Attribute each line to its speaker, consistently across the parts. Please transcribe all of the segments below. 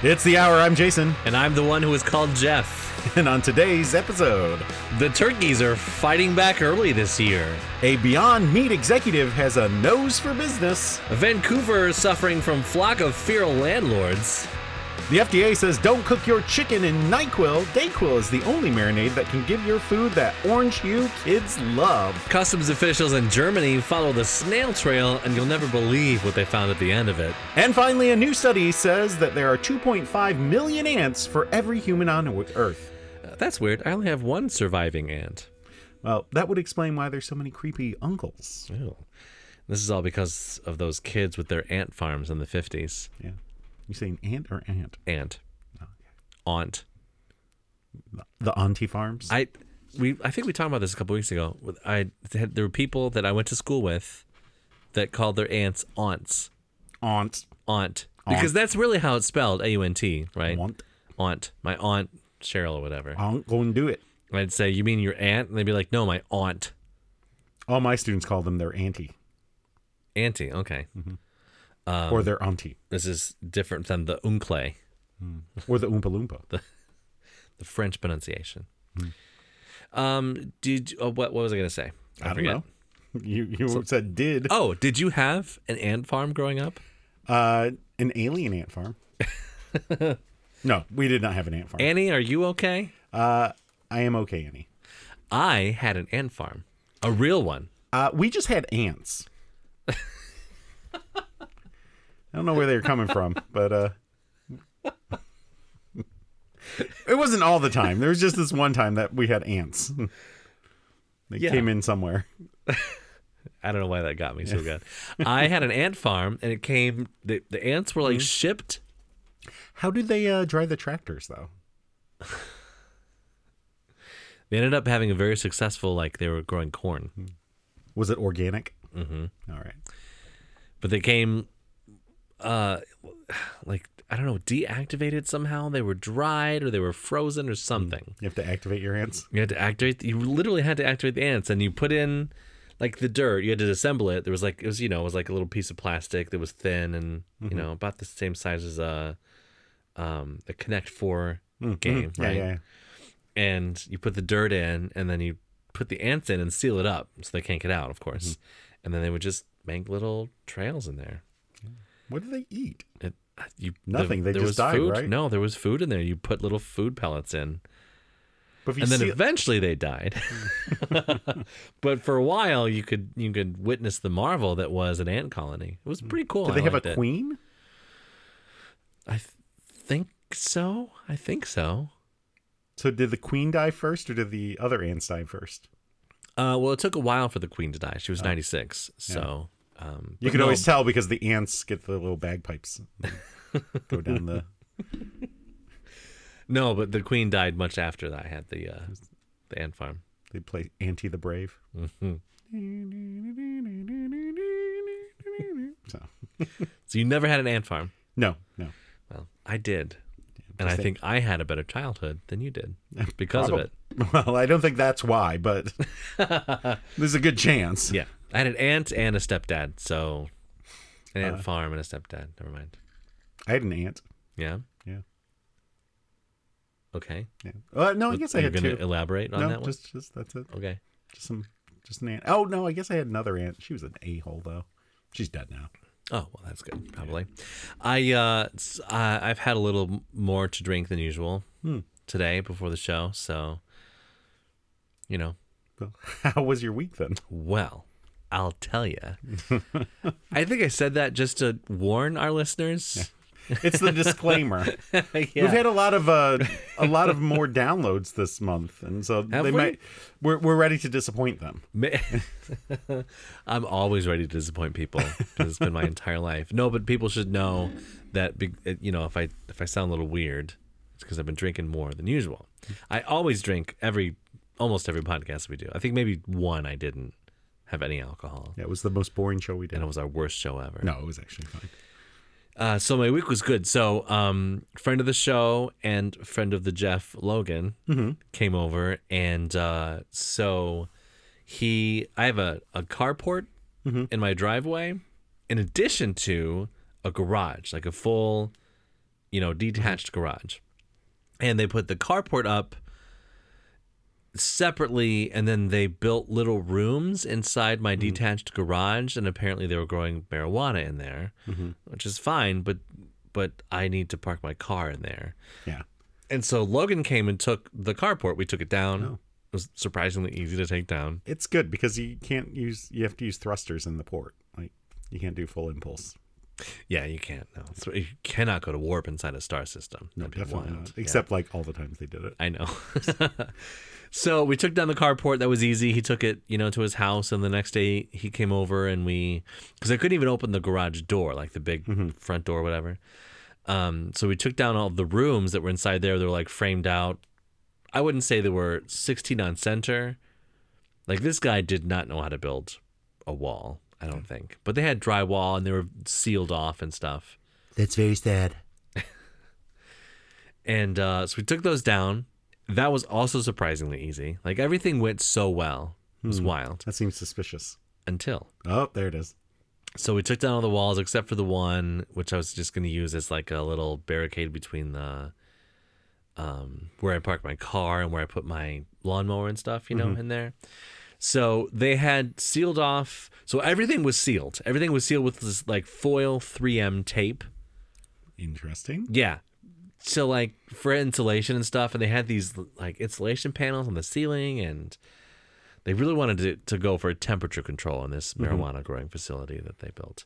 Speaker 1: It's the hour. I'm Jason,
Speaker 2: And I'm the one who was called Jeff.
Speaker 1: and on today's episode,
Speaker 2: The turkeys are fighting back early this year.
Speaker 1: a Beyond Meat executive has a nose for business.
Speaker 2: Vancouver is suffering from flock of feral landlords.
Speaker 1: The FDA says don't cook your chicken in NyQuil. DayQuil is the only marinade that can give your food that orange hue kids love.
Speaker 2: Customs officials in Germany follow the snail trail, and you'll never believe what they found at the end of it.
Speaker 1: And finally, a new study says that there are 2.5 million ants for every human on Earth.
Speaker 2: Uh, that's weird. I only have one surviving ant.
Speaker 1: Well, that would explain why there's so many creepy uncles.
Speaker 2: Ew. This is all because of those kids with their ant farms in the 50s.
Speaker 1: Yeah. You saying ant or ant?
Speaker 2: Ant. Aunt.
Speaker 1: The auntie farms?
Speaker 2: I we I think we talked about this a couple weeks ago. With- I had, there were people that I went to school with that called their aunts aunts
Speaker 1: aunt.
Speaker 2: aunt because that's really how it's spelled a u n t right
Speaker 1: Aunt.
Speaker 2: aunt my aunt Cheryl or whatever.
Speaker 1: Aunt, go and do it.
Speaker 2: And I'd say you mean your aunt and they'd be like no my aunt
Speaker 1: All my students call them their auntie
Speaker 2: auntie okay
Speaker 1: Mm-hmm. or their auntie
Speaker 2: this is different than the uncle
Speaker 1: or the Oompa Loompa.
Speaker 2: the French pronunciation. Um did uh, what what was I gonna say
Speaker 1: Mm-hmm. I, don't know. You, you said did.
Speaker 2: Oh, did you have an ant farm growing up?
Speaker 1: Uh, an alien ant farm. no, we did not have an ant farm. Uh,
Speaker 2: Annie, are you okay?
Speaker 1: I am okay, Annie.
Speaker 2: I had an ant farm, a real one.
Speaker 1: Uh, we just had ants. I don't know where they were coming from, but uh, it wasn't all the time. There was just this one time that we had ants. they
Speaker 2: Yeah.
Speaker 1: came in somewhere.
Speaker 2: I don't know why that got me so good. I had an ant farm, and it came. The, the ants were like shipped.
Speaker 1: How did they uh, dry the tractors, though?
Speaker 2: They ended up having a very successful, like they were growing corn,
Speaker 1: Was it organic? Mm-hmm. All right.
Speaker 2: but they came, uh, like I don't know, deactivated somehow. They were dried or they were frozen or something.
Speaker 1: You have to activate your ants.
Speaker 2: You had to activate. You literally had to activate the ants, and you put in like the dirt. You had to disassemble it. There was like it was you know it was like a little piece of plastic that was thin and you
Speaker 1: Mm-hmm.
Speaker 2: know about the same size as a um the Connect 4 game,
Speaker 1: Mm-hmm. Yeah,
Speaker 2: right?
Speaker 1: yeah, yeah.
Speaker 2: And you put the dirt in, and then you put the ants in and seal it up so they can't get out, of course.
Speaker 1: Mm-hmm.
Speaker 2: And then they would just make little trails in there.
Speaker 1: What do they eat?
Speaker 2: It, you,
Speaker 1: Nothing, they
Speaker 2: there
Speaker 1: just
Speaker 2: was
Speaker 1: died,
Speaker 2: food.
Speaker 1: right?
Speaker 2: No, there was food in there. You put little food pellets in.
Speaker 1: But if you
Speaker 2: and then
Speaker 1: see,
Speaker 2: eventually they died. but for a while, you could you could witness the marvel that was an ant colony. It was pretty cool.
Speaker 1: Mm. did
Speaker 2: I
Speaker 1: they have a
Speaker 2: liked it.
Speaker 1: queen?
Speaker 2: I th- think so. I think so.
Speaker 1: So did the queen die first, or did the other ants die first?
Speaker 2: Uh, well, it took a while for the queen to die. She was ninety six. So um,
Speaker 1: Oh. You
Speaker 2: but
Speaker 1: can
Speaker 2: no,
Speaker 1: always tell because the ants get the little bagpipes, go down the.
Speaker 2: no, but the queen died much after I had the uh, the ant farm.
Speaker 1: They play Auntie the Brave.
Speaker 2: Mm-hmm.
Speaker 1: so
Speaker 2: So you never had an ant farm.
Speaker 1: no, no,
Speaker 2: Well, I did, and I
Speaker 1: just
Speaker 2: think I had a better childhood than you did because of it.
Speaker 1: Probab- Well, I don't think that's why, but there's a good chance.
Speaker 2: Yeah. I had an aunt and a stepdad, so an
Speaker 1: Uh.
Speaker 2: aunt farm and a stepdad. Never mind.
Speaker 1: I had an ant.
Speaker 2: Yeah.
Speaker 1: Yeah.
Speaker 2: Okay.
Speaker 1: Yeah. Uh, no, I guess I
Speaker 2: You're
Speaker 1: had
Speaker 2: gonna
Speaker 1: two.
Speaker 2: elaborate on
Speaker 1: No,
Speaker 2: that one?
Speaker 1: just just that's it.
Speaker 2: okay.
Speaker 1: Just some, just an ant. Oh no, I guess I had another ant. She was an a hole though. She's dead now.
Speaker 2: Oh well, that's good. Probably. I uh, s- uh, I've had a little m- more to drink than usual
Speaker 1: Hmm.
Speaker 2: today before the show, so you know.
Speaker 1: Well, how was your week then?
Speaker 2: Well, I'll tell you. I think I said that just to warn our listeners.
Speaker 1: It's the disclaimer.
Speaker 2: Yeah.
Speaker 1: We've had a lot of uh, a lot of more downloads this month, and so
Speaker 2: Have
Speaker 1: they
Speaker 2: we?
Speaker 1: might. We're we're ready to disappoint them.
Speaker 2: Ma- I'm always ready to disappoint people. 'cause It's been my entire life. No, but people should know that be, uh, you know if I if I sound a little weird, it's because I've been drinking more than usual. I always drink every almost every podcast we do. I think maybe one I didn't have any alcohol,
Speaker 1: Yeah, it was the most boring show we did.
Speaker 2: and it was our worst show ever.
Speaker 1: No, it was actually fine.
Speaker 2: Uh, so my week was good. So um, friend of the show and friend of the Jeff Logan came over, and uh, so he, I have a a carport in my driveway, in addition to a garage, like a full you know, detached garage. And they put the carport up separately and then they built little rooms inside
Speaker 1: Hmm.
Speaker 2: my detached garage and apparently they were growing marijuana in there,
Speaker 1: Mm-hmm.
Speaker 2: which is fine, but but I need to park my car in there.
Speaker 1: Yeah.
Speaker 2: And so Logan came and took the carport. We took it down.
Speaker 1: Oh.
Speaker 2: It was surprisingly easy to take down.
Speaker 1: It's good because you can't use you have to use thrusters in the port. Like you can't do full impulse.
Speaker 2: Yeah, you can't. No, It's- you cannot go to warp inside a star system. That'd be
Speaker 1: Definitely
Speaker 2: wild.
Speaker 1: not.
Speaker 2: Yeah.
Speaker 1: Except like all the times they did it.
Speaker 2: I know. so we took down the carport. That was easy. He took it, you know, to his house, and the next day he came over and we, because I couldn't even open the garage door, like the big front door, or whatever. Um, so we took down all the rooms that were inside there. They were like framed out. I wouldn't say they were 16 on center. Like this guy did not know how to build a wall. I don't think, but they had drywall and they were sealed off and stuff.
Speaker 3: That's very sad.
Speaker 2: And uh, so we took those down. That was also surprisingly easy. Like everything went so well. It was wild
Speaker 1: That seems suspicious.
Speaker 2: until.
Speaker 1: Oh, there it is.
Speaker 2: So we took down all the walls except for the one which I was just going to use as like a little barricade between the um where I parked my car and where I put my lawnmower and stuff, you know, in there. So they had sealed off. So everything was sealed. Everything was sealed with this like foil 3M tape.
Speaker 1: Interesting.
Speaker 2: Yeah. So like for insulation and stuff, and they had these like insulation panels on the ceiling, and they really wanted to, to go for temperature control in this marijuana growing facility that they built,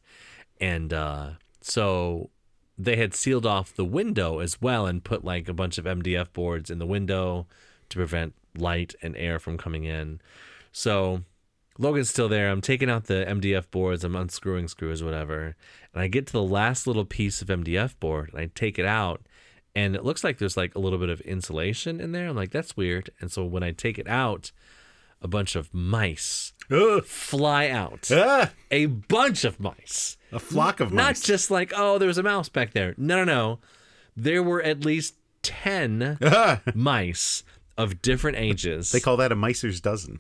Speaker 2: and uh, so they had sealed off the window as well and put like a bunch of MDF boards in the window to prevent light and air from coming in. So Logan's still there. I'm taking out the MDF boards. I'm unscrewing screws, whatever. And I get to the last little piece of MDF board and I take it out. And it looks like there's like a little bit of insulation in there. I'm like, that's weird. And so when I take it out, a bunch of mice
Speaker 1: Ugh.
Speaker 2: fly out.
Speaker 1: Ah,
Speaker 2: A bunch of mice.
Speaker 1: a flock of
Speaker 2: Not
Speaker 1: mice.
Speaker 2: just like, oh, there was a mouse back there. No, no, no. There were at least 10
Speaker 1: Ah,
Speaker 2: mice of different ages.
Speaker 1: they call that a micer's dozen.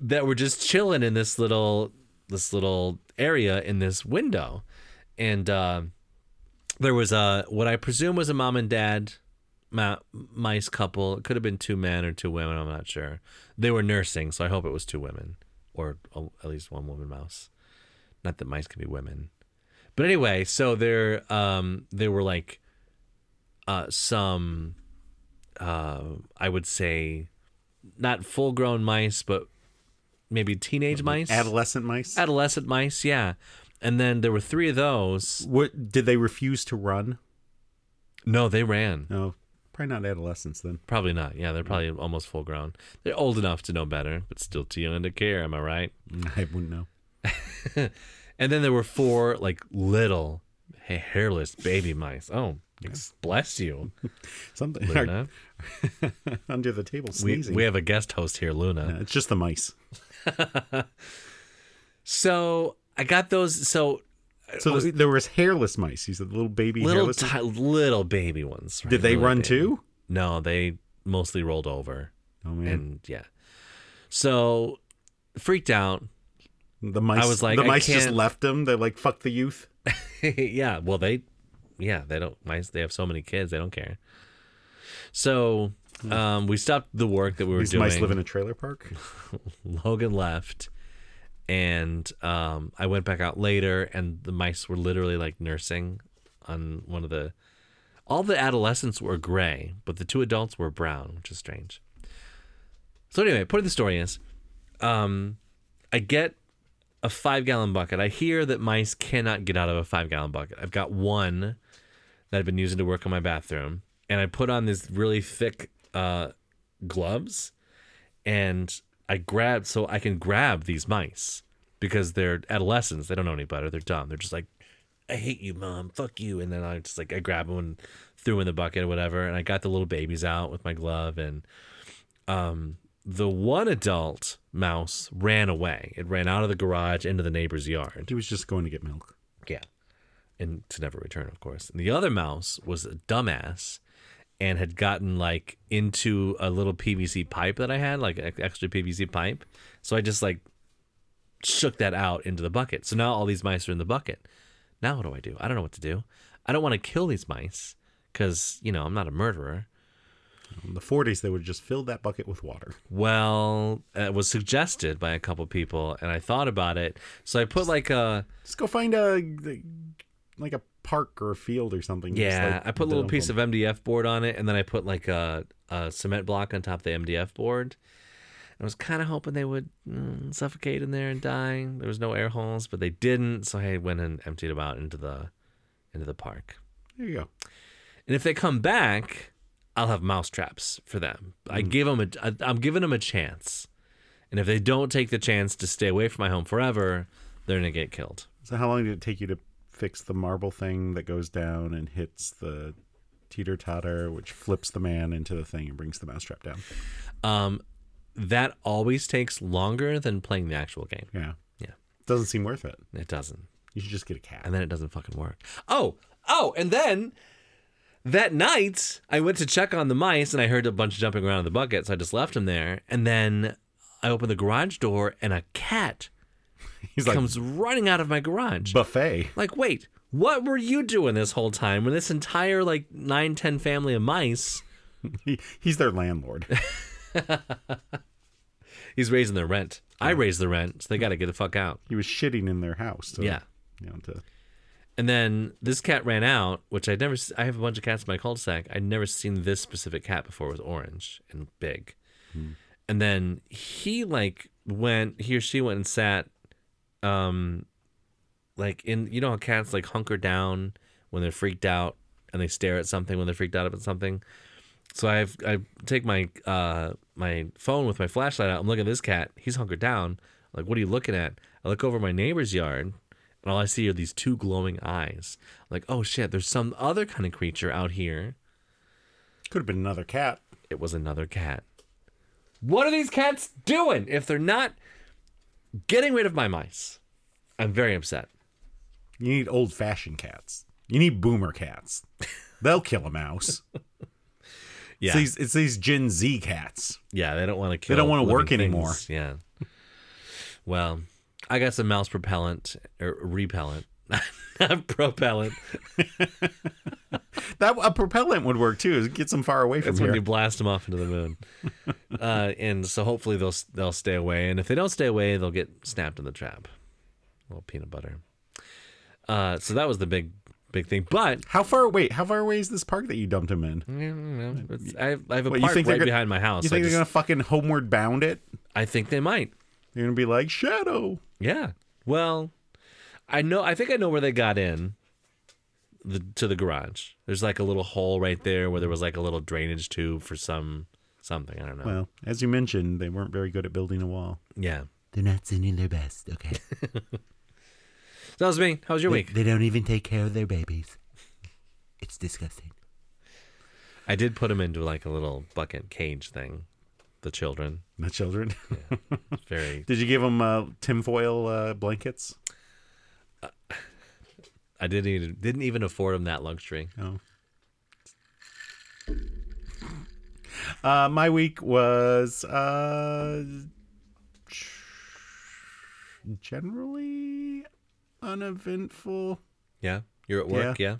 Speaker 2: that were just chilling in this little this little area in this window, and uh, there was a what I presume was a mom and dad ma- mice couple. It could have been two men or two women. I'm not sure. They were nursing, so I hope it was two women or a- at least one woman mouse. Not that mice can be women, but anyway. So there um there were like uh some uh I would say not full grown mice, but maybe teenage mice
Speaker 1: Adolescent mice.
Speaker 2: adolescent mice, yeah. And then there were three of those.
Speaker 1: what did they refuse to run?
Speaker 2: No, they ran.
Speaker 1: No, probably not adolescents then.
Speaker 2: Probably not. Yeah, they're probably almost full grown. They're old enough to know better, but still too young to care. Am I right?
Speaker 1: Mm, I wouldn't know.
Speaker 2: And then there were four like little ha- hairless baby mice. Oh, ex- bless you,
Speaker 1: Something
Speaker 2: Luna.
Speaker 1: under the table
Speaker 2: we,
Speaker 1: sneezing.
Speaker 2: we have a guest host here, Luna.
Speaker 1: Yeah, it's just the mice.
Speaker 2: So I got those. So
Speaker 1: So there- there was hairless mice. You said little baby
Speaker 2: Uh, oh, little
Speaker 1: hairless. mice.
Speaker 2: ti little baby ones. right?
Speaker 1: Did they
Speaker 2: Little
Speaker 1: run
Speaker 2: baby.
Speaker 1: too?
Speaker 2: No, they mostly rolled over.
Speaker 1: Oh man,
Speaker 2: and yeah. So freaked out.
Speaker 1: the mice.
Speaker 2: I was like,
Speaker 1: the
Speaker 2: I
Speaker 1: mice just
Speaker 2: can't-
Speaker 1: left them. They're like, fuck the youth.
Speaker 2: yeah, well they yeah, they don't mice they have so many kids, they don't care. So um we stopped the work that we were
Speaker 1: Hmm. These
Speaker 2: doing.
Speaker 1: mice live in a trailer park.
Speaker 2: Logan left and um I went back out later and the mice were literally like nursing on one of the all the adolescents were gray, but the two adults were brown, which is strange. So anyway, point of the story is um I get a five gallon bucket. I hear that mice cannot get out of a five gallon bucket. I've got one that I've been using to work on my bathroom, and I put on these really thick uh, gloves, and I grab so I can grab these mice because they're adolescents. They don't know any better. They're dumb. They're just like, I hate you, mom. Fuck you. And then I just like I grab them and threw 'em in the bucket or whatever. And I got the little babies out with my glove and um, the one adult mouse ran away. It ran out of the garage into the neighbor's yard.
Speaker 1: He was just going to get milk.
Speaker 2: Yeah. And to never return, of course. And the other mouse was a dumbass and had gotten like into a little PVC pipe that I had, like an extra PVC pipe. So I just like shook that out into the bucket. So now all these mice are in the bucket. Now what do I do? I don't know what to do. I don't want to kill these mice because you know I'm not a murderer.
Speaker 1: In the 40s, they would have just filled that bucket with water.
Speaker 2: Well, it was suggested by a couple people, and I thought about it. So I put like a
Speaker 1: Just go find a like a park or a field or something. Just,
Speaker 2: yeah,
Speaker 1: like,
Speaker 2: I put a little
Speaker 1: dump
Speaker 2: piece
Speaker 1: them.
Speaker 2: of MDF board on it, and then I put like a, a cement block on top of the MDF board. I was kind of hoping they would mm, suffocate in there and die. There was no air holes, but they didn't. So I went and emptied them out into the into the park.
Speaker 1: There you go.
Speaker 2: And if they come back, I'll have mouse traps for them. I
Speaker 1: Mm.
Speaker 2: give them a, I, I'm giving them a chance. And if they don't take the chance to stay away from my home forever, they're gonna get killed.
Speaker 1: So how long did it take you to fix the marble thing that goes down and hits the teeter totter, which flips the man into the thing and brings the mousetrap down?
Speaker 2: Um, that always takes longer than playing the actual game.
Speaker 1: Yeah.
Speaker 2: Yeah.
Speaker 1: Doesn't seem worth it.
Speaker 2: It doesn't,
Speaker 1: You should just get a cat.
Speaker 2: and then it doesn't fucking work. Oh, oh, and then that night I went to check on the mice, and I heard a bunch jumping around in the bucket, so I just left them there. And then I opened the garage door, and a cat
Speaker 1: He's like
Speaker 2: comes running out of my garage.
Speaker 1: buffet.
Speaker 2: Like, wait, what were you doing this whole time when this entire like nine, ten family of mice
Speaker 1: He, he's their landlord.
Speaker 2: is raising their rent? I raised the rent, so they got to get the fuck out.
Speaker 1: he was shitting in their house. So,
Speaker 2: Yeah.
Speaker 1: You know, to,
Speaker 2: And then this cat ran out, which I'd never. s- I have a bunch of cats in my cul-de-sac. I'd never seen this specific cat before. It was orange and big. And then he like went. He or she went and sat, um, like in you know how cats like hunker down when they're freaked out and they stare at something when they're freaked out about something. So I've I take my uh my phone with my flashlight out. I'm looking at this cat. He's hunkered down. I'm like, what are you looking at? I look over my neighbor's yard, and all I see are these two glowing eyes. I'm like, oh shit, there's some other kind of creature out here.
Speaker 1: could have been another cat.
Speaker 2: It was another cat. What are these cats doing if they're not getting rid of my mice? I'm very upset.
Speaker 1: You need old fashioned cats. You need boomer cats. They'll kill a mouse.
Speaker 2: Yeah,
Speaker 1: It's these, it's these Gen Z cats.
Speaker 2: yeah, they don't want to kill.
Speaker 1: don't wanna
Speaker 2: living
Speaker 1: work
Speaker 2: things.
Speaker 1: anymore.
Speaker 2: Yeah. Well, I got some mouse propellant or repellent, not propellant.
Speaker 1: That a propellant would work too. Is get some far away from
Speaker 2: That's
Speaker 1: here.
Speaker 2: when you blast them off into the moon. uh, and so hopefully they'll they'll stay away. And if they don't stay away, they'll get snapped in the trap. Little peanut butter. Uh, so that was the big big thing. But
Speaker 1: How far? Wait, how far away is this park that you dumped him in?
Speaker 2: you know, it's- I, have, I have a
Speaker 1: Mm, What, you
Speaker 2: park right
Speaker 1: think they're gonna-
Speaker 2: behind my house.
Speaker 1: You
Speaker 2: so I,
Speaker 1: think they're
Speaker 2: just-
Speaker 1: gonna fucking homeward bound it?
Speaker 2: I think they might.
Speaker 1: They're gonna be like Shadow.
Speaker 2: Yeah. Well, I know. I think I know where they got in. The, to the garage. There's like a little hole right there where there was like a little drainage tube for some something. I don't know.
Speaker 1: Well, as you mentioned, they weren't very good at building a wall.
Speaker 2: yeah.
Speaker 3: They're not sending their best, okay?
Speaker 2: So that was me. How was your
Speaker 3: They,
Speaker 2: week?
Speaker 3: they don't even take care of their babies. It's disgusting.
Speaker 2: I did put them into like a little bucket cage thing. The children,
Speaker 1: The children.
Speaker 2: very.
Speaker 1: Did you give them uh, tinfoil uh, blankets?
Speaker 2: I didn't even didn't even afford them that luxury.
Speaker 1: Oh. Uh, my week was uh, generally uneventful.
Speaker 2: Yeah, you're at work. Yeah.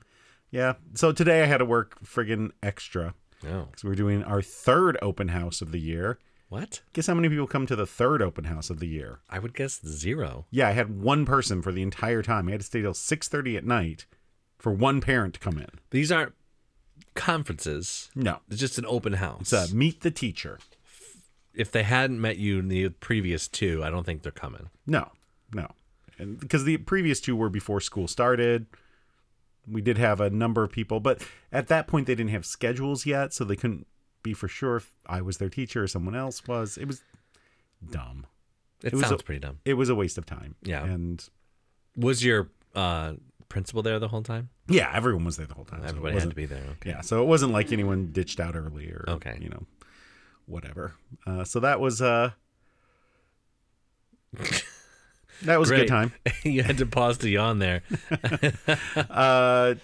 Speaker 1: Yeah. So today I had to work friggin' extra
Speaker 2: Oh,
Speaker 1: because we're doing our third open house of the year.
Speaker 2: what?
Speaker 1: Guess how many people come to the third open house of the year?
Speaker 2: I would guess zero.
Speaker 1: Yeah, I had one person for the entire time. I had to stay till six thirty at night for one parent to come in.
Speaker 2: These aren't conferences.
Speaker 1: No,
Speaker 2: It's just an open
Speaker 1: it's
Speaker 2: house.
Speaker 1: uh, meet the teacher.
Speaker 2: if they hadn't met you in the previous two, I don't think they're coming.
Speaker 1: No, no, and because the previous two were before school started. We did have a number of people, but at that point they didn't have schedules yet, so they couldn't be for sure if I was their teacher or someone else was. It was dumb.
Speaker 2: It,
Speaker 1: was
Speaker 2: sounds
Speaker 1: a-
Speaker 2: pretty dumb.
Speaker 1: It was a waste of time.
Speaker 2: Yeah.
Speaker 1: and
Speaker 2: Was your uh, principal there the whole time?
Speaker 1: yeah, everyone was there the whole time. so it
Speaker 2: Everybody had
Speaker 1: wasn't-
Speaker 2: to be there. Okay.
Speaker 1: Yeah, so it wasn't like anyone ditched out early or
Speaker 2: Okay.
Speaker 1: you know, whatever. Uh, so that was uh, that was a
Speaker 2: Great.
Speaker 1: good time.
Speaker 2: you had to pause to yawn there.
Speaker 1: Uh,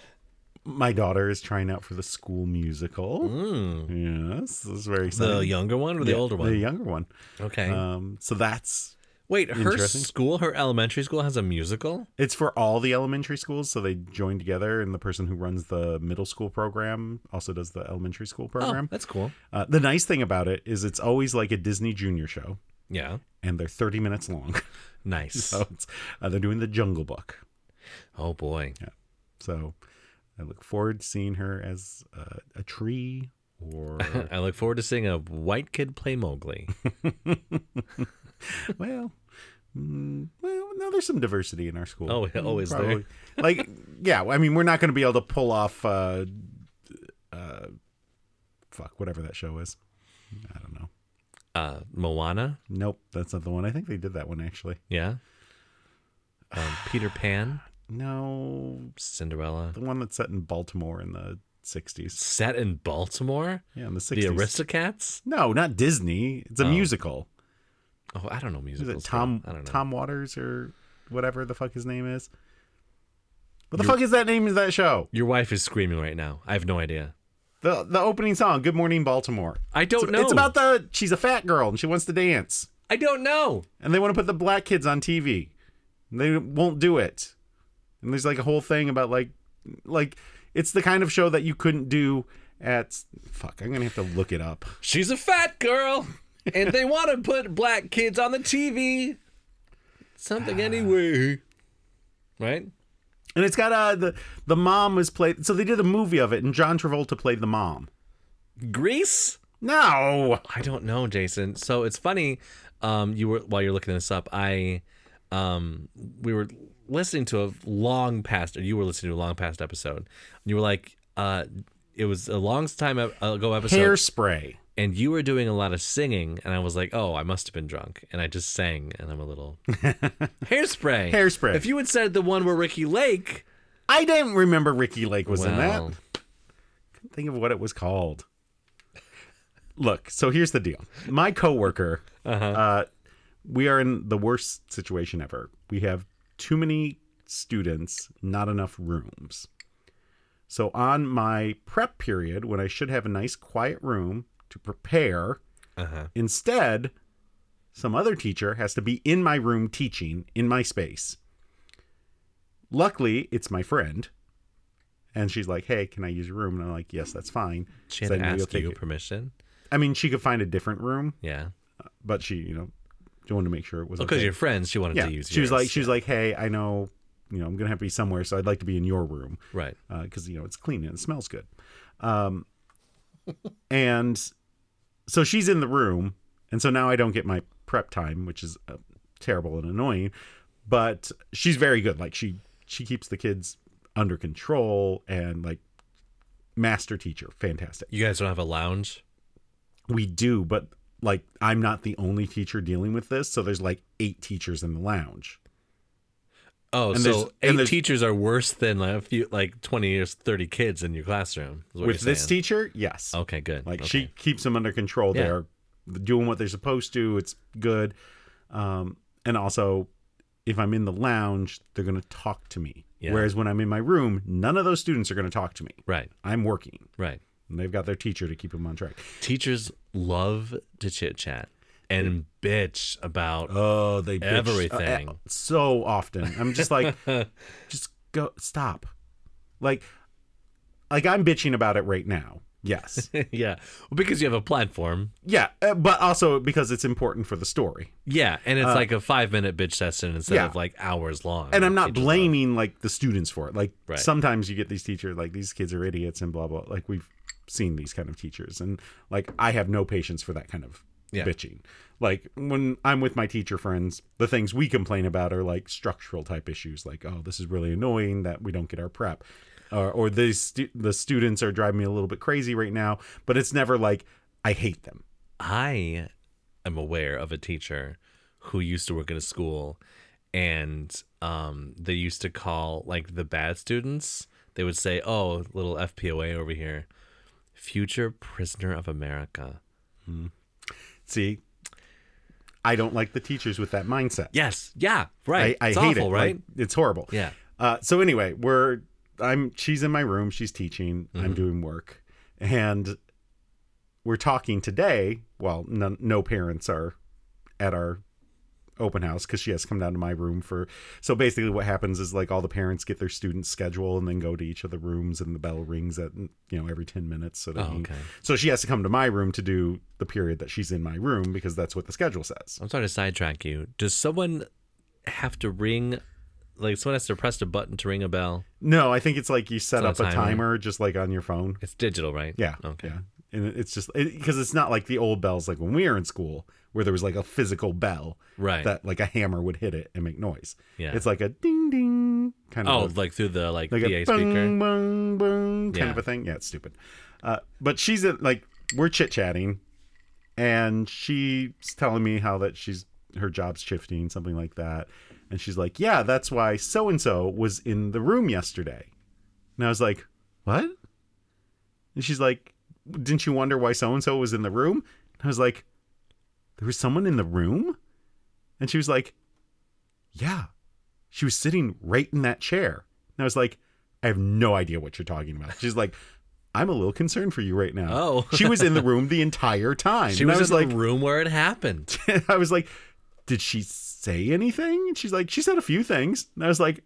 Speaker 1: my daughter is trying out for the school musical.
Speaker 2: Mm.
Speaker 1: Yes, this is very
Speaker 2: The
Speaker 1: exciting.
Speaker 2: younger one or the
Speaker 1: Yeah,
Speaker 2: older
Speaker 1: The
Speaker 2: one?
Speaker 1: younger one.
Speaker 2: okay.
Speaker 1: Um, so that's
Speaker 2: Wait, her
Speaker 1: Interesting.
Speaker 2: school, her elementary school, has a musical.
Speaker 1: It's for all the elementary schools, so they join together, and the person who runs the middle school program also does the elementary school
Speaker 2: Oh,
Speaker 1: program.
Speaker 2: that's cool.
Speaker 1: uh, the nice thing about it is it's always like a Disney Junior show,
Speaker 2: Yeah,
Speaker 1: and they're 30 minutes long.
Speaker 2: nice.
Speaker 1: so it's, uh, they're doing the Jungle Book.
Speaker 2: Oh boy,
Speaker 1: So I look forward to seeing her as uh, a tree or,
Speaker 2: I look forward to seeing a white kid play Mowgli.
Speaker 1: well, mm, well, no, there's some diversity in our school. Mm,
Speaker 2: Oh, yeah, oh, is there?
Speaker 1: like, yeah, I mean, we're not going to be able to pull off, uh, uh, fuck, whatever that show is. I don't know.
Speaker 2: Uh, Moana.
Speaker 1: Nope, that's not the one. I think they did that one actually.
Speaker 2: Yeah. Um, Peter Pan,
Speaker 1: No,
Speaker 2: Cinderella,
Speaker 1: the one that's set in Baltimore in the 60s.
Speaker 2: set in Baltimore.
Speaker 1: Yeah, in the 60s.
Speaker 2: The Aristocats.
Speaker 1: No, not Disney. It's a
Speaker 2: Oh.
Speaker 1: musical.
Speaker 2: Oh, I don't know
Speaker 1: Is
Speaker 2: musicals.
Speaker 1: it
Speaker 2: though.
Speaker 1: Tom
Speaker 2: I don't know.
Speaker 1: Tom Waters or whatever the fuck his name is? What the fuck is that name of that show?
Speaker 2: Your wife is screaming right now. I have no idea.
Speaker 1: The the opening song, Good Morning Baltimore.
Speaker 2: I don't
Speaker 1: it's,
Speaker 2: know.
Speaker 1: It's about the she's a fat girl and she wants to dance.
Speaker 2: I don't know.
Speaker 1: And they want to put the black kids on TV. And they won't do it. And there's like a whole thing about like like it's the kind of show that you couldn't do at fuck, I'm gonna have to look it up.
Speaker 2: She's a fat girl, and they want to put black kids on the TV. Something
Speaker 1: Ah.
Speaker 2: anyway, right?
Speaker 1: And it's got uh the the mom was played so they did a movie of it and John Travolta played the mom.
Speaker 2: Greece.
Speaker 1: No.
Speaker 2: I don't know, Jason. So it's funny. Um, you were while you're looking this up, I, um, we were listening to a long past, or you were listening to a long past episode. And you were like, uh, it was a long time ep- ago episode,
Speaker 1: Hairspray.
Speaker 2: and you were doing a lot of singing, and I was like, oh, I must have been drunk, and I just sang, and I'm a little hairspray,
Speaker 1: Hairspray.
Speaker 2: If you had said the one where Ricky Lake
Speaker 1: I didn't remember Ricky Lake was in that.
Speaker 2: Well,
Speaker 1: Think of what it was called. Look, so here's the deal. My coworker,
Speaker 2: Uh-huh.
Speaker 1: uh we are in the worst situation ever. We have too many students, not enough rooms. So on my prep period, when I should have a nice quiet room to prepare,
Speaker 2: Uh-huh.
Speaker 1: instead, some other teacher has to be in my room teaching in my space. Luckily, it's my friend. And she's like, hey, can I use your room? And I'm like, yes, that's fine.
Speaker 2: she had
Speaker 1: So I
Speaker 2: to
Speaker 1: know you'll
Speaker 2: ask
Speaker 1: take
Speaker 2: you
Speaker 1: it.
Speaker 2: permission.
Speaker 1: I mean, she could find a different room,
Speaker 2: Yeah,
Speaker 1: but she, you know, she wanted to make sure it was
Speaker 2: because
Speaker 1: okay.
Speaker 2: Oh, you're friends. She wanted
Speaker 1: yeah.
Speaker 2: to use.
Speaker 1: she was
Speaker 2: yours.
Speaker 1: like, she was like, hey, I know, you know, I'm gonna have to be somewhere, so I'd like to be in your room
Speaker 2: right.
Speaker 1: because you know it's clean and it smells good. Um, and so she's in the room, and so now I don't get my prep time, which is uh, terrible and annoying. But she's very good; like she she keeps the kids under control and like master teacher, fantastic.
Speaker 2: You guys don't have a lounge.
Speaker 1: We do, but like I'm not the only teacher dealing with this, so there's like eight teachers in the lounge.
Speaker 2: Oh,
Speaker 1: And there's-
Speaker 2: so
Speaker 1: and
Speaker 2: eight
Speaker 1: there's-
Speaker 2: teachers are worse than like, a few, like twenty or thirty kids in your classroom. is what
Speaker 1: with
Speaker 2: you're
Speaker 1: this
Speaker 2: saying.
Speaker 1: teacher, yes,
Speaker 2: okay, good.
Speaker 1: Like
Speaker 2: okay.
Speaker 1: she keeps them under control.
Speaker 2: Yeah.
Speaker 1: They're doing what they're supposed to. It's good. Um, and also, if I'm in the lounge, they're going to talk to me.
Speaker 2: Yeah.
Speaker 1: Whereas when I'm in my room, none of those students are going to talk to me.
Speaker 2: Right,
Speaker 1: I'm working,
Speaker 2: right.
Speaker 1: and they've got their teacher to keep them on track.
Speaker 2: Teachers love to chit chat and bitch about.
Speaker 1: Oh, they bitch, uh,
Speaker 2: Everything.
Speaker 1: uh, so often. I'm just like, just go stop. Like, like I'm bitching about it right now. Yes.
Speaker 2: yeah, well, because you have a platform.
Speaker 1: yeah, uh, but also because it's important for the story.
Speaker 2: Yeah, and it's like a five-minute bitch session instead
Speaker 1: Uh, yeah.
Speaker 2: of like hours long.
Speaker 1: and
Speaker 2: Like,
Speaker 1: I'm not
Speaker 2: teachers love-
Speaker 1: blaming like the students for it. Like
Speaker 2: Right.
Speaker 1: sometimes you get these teachers like these kids are idiots and blah blah. Like we've seen these kind of teachers, and like I have no patience for that kind of
Speaker 2: Yeah.
Speaker 1: bitching. Like when I'm with my teacher friends, the things we complain about are like structural type issues. Like oh, this is really annoying that we don't get our prep, or or these stu- the students are driving me a little bit crazy right now. But it's never like I hate them.
Speaker 2: I am aware of a teacher who used to work at a school and um, they used to call like the bad students, they would say, Oh, little FPOA over here, future prisoner of America.
Speaker 1: See, I don't like the teachers with that mindset.
Speaker 2: Yes. Yeah. Right.
Speaker 1: I, I
Speaker 2: it's
Speaker 1: hate
Speaker 2: awful,
Speaker 1: it.
Speaker 2: right?
Speaker 1: Like, it's horrible.
Speaker 2: yeah.
Speaker 1: Uh, so anyway, we're I'm she's in my room, she's teaching,
Speaker 2: Mm-hmm.
Speaker 1: I'm doing work, and we're talking today. Well, no, no parents are at our open house because she has to come down to my room for. So basically, what happens is like all the parents get their students' schedule and then go to each of the rooms, and the bell rings at you know every ten minutes. So that
Speaker 2: Oh,
Speaker 1: he-
Speaker 2: okay.
Speaker 1: so she has to come to my room to do the period that she's in my room because that's what the schedule says.
Speaker 2: I'm sorry to sidetrack you. Does someone have to ring? Like someone has to press a button to ring a bell.
Speaker 1: No, I think it's like you set
Speaker 2: not a
Speaker 1: up a
Speaker 2: timer.
Speaker 1: timer just like on your phone.
Speaker 2: It's digital, right?
Speaker 1: Yeah.
Speaker 2: Okay.
Speaker 1: Yeah. And it- it's just because it's not like the old bells like when we were in school where there was like a physical bell
Speaker 2: Right.
Speaker 1: that like a hammer would hit it and make noise.
Speaker 2: Yeah.
Speaker 1: It's like a ding ding kind
Speaker 2: oh,
Speaker 1: of a-
Speaker 2: like through the like,
Speaker 1: like
Speaker 2: PA
Speaker 1: a
Speaker 2: speaker.
Speaker 1: bung bung bung kind
Speaker 2: Yeah.
Speaker 1: of a thing. Yeah, it's stupid. Uh, but she's at, like we're chit chatting, and she's telling me how that she's her job's shifting, something like that. And she's like, "Yeah, that's why so and so was in the room yesterday." And I was like, "What?" And she's like, "Didn't you wonder why so and so was in the room?" And I was like, "There was someone in the room," and she was like, "Yeah." She was sitting right in that chair. And I was like, I have no idea what you're talking about. She's like, I'm a little concerned for you right now.
Speaker 2: Oh.
Speaker 1: she was in the room the entire time.
Speaker 2: She
Speaker 1: and
Speaker 2: was,
Speaker 1: I was
Speaker 2: in
Speaker 1: like,
Speaker 2: the room where it happened.
Speaker 1: I was like, did she say anything? And she's like, she said a few things. And I was like,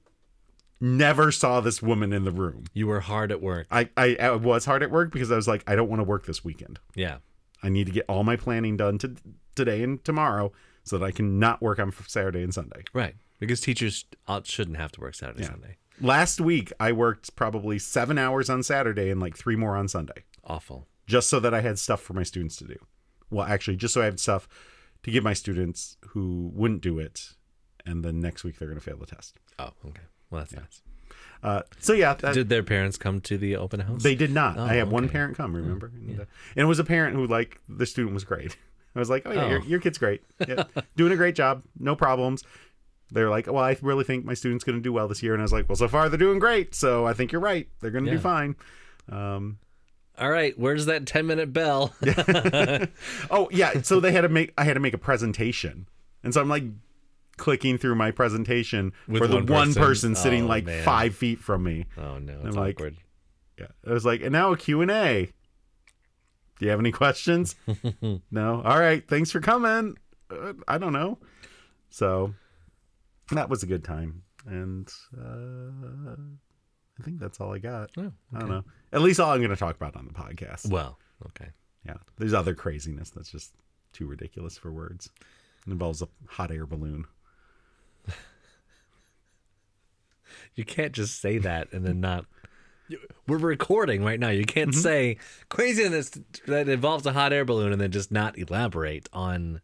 Speaker 1: never saw this woman in the room.
Speaker 2: You were hard at work.
Speaker 1: I, I, I was hard at work because I was like, I don't want to work this weekend.
Speaker 2: Yeah.
Speaker 1: I need to get all my planning done to, today and tomorrow so that I can not work on Saturday and Sunday.
Speaker 2: Right. Because teachers ought- shouldn't have to work Saturday, Sunday.
Speaker 1: Last week, I worked probably seven hours on Saturday and like three more on Sunday.
Speaker 2: Awful.
Speaker 1: just so that I had stuff for my students to do. Well, actually, just so I had stuff to give my students who wouldn't do it, and then next week they're going to fail the test.
Speaker 2: Oh, okay. Well, that's nice.
Speaker 1: Uh, so yeah, that-
Speaker 2: Did their parents come to the open house?
Speaker 1: they did not.
Speaker 2: Oh,
Speaker 1: I had one
Speaker 2: okay. Mm.
Speaker 1: parent come, remember, and, uh, and it was a parent who like the student was great. I was like, oh yeah, Your,
Speaker 2: Oh.
Speaker 1: your kid's great, yeah, doing a great job, no problems. They're like, well, I really think my student's going to do well this year, and I was like, well, so far they're doing great, so I think you're right. They're going to do
Speaker 2: Yeah.
Speaker 1: fine. Um,
Speaker 2: All right. Where's that 10 minute bell?
Speaker 1: Oh yeah, so they had to make I had to make a presentation, and so I'm like clicking through my presentation
Speaker 2: With
Speaker 1: for the
Speaker 2: one
Speaker 1: one
Speaker 2: person?
Speaker 1: person sitting
Speaker 2: Oh,
Speaker 1: like
Speaker 2: man.
Speaker 1: five feet from me.
Speaker 2: Oh, no.
Speaker 1: I'm
Speaker 2: It's
Speaker 1: like-
Speaker 2: awkward.
Speaker 1: Yeah, I was like, and now a Q and A. Do you have any questions? no. All right. Thanks for coming. Uh, I don't know. So that was a good time, and uh, I think that's all I got.
Speaker 2: Oh,
Speaker 1: I don't know. At least all I'm going to talk about on the podcast.
Speaker 2: Well, okay.
Speaker 1: Yeah. There's other craziness that's just too ridiculous for words. It involves a hot air balloon.
Speaker 2: You can't just say that and then not. You- Mm-hmm. We're recording right now. You can't say craziness that involves a hot air balloon and then just not elaborate on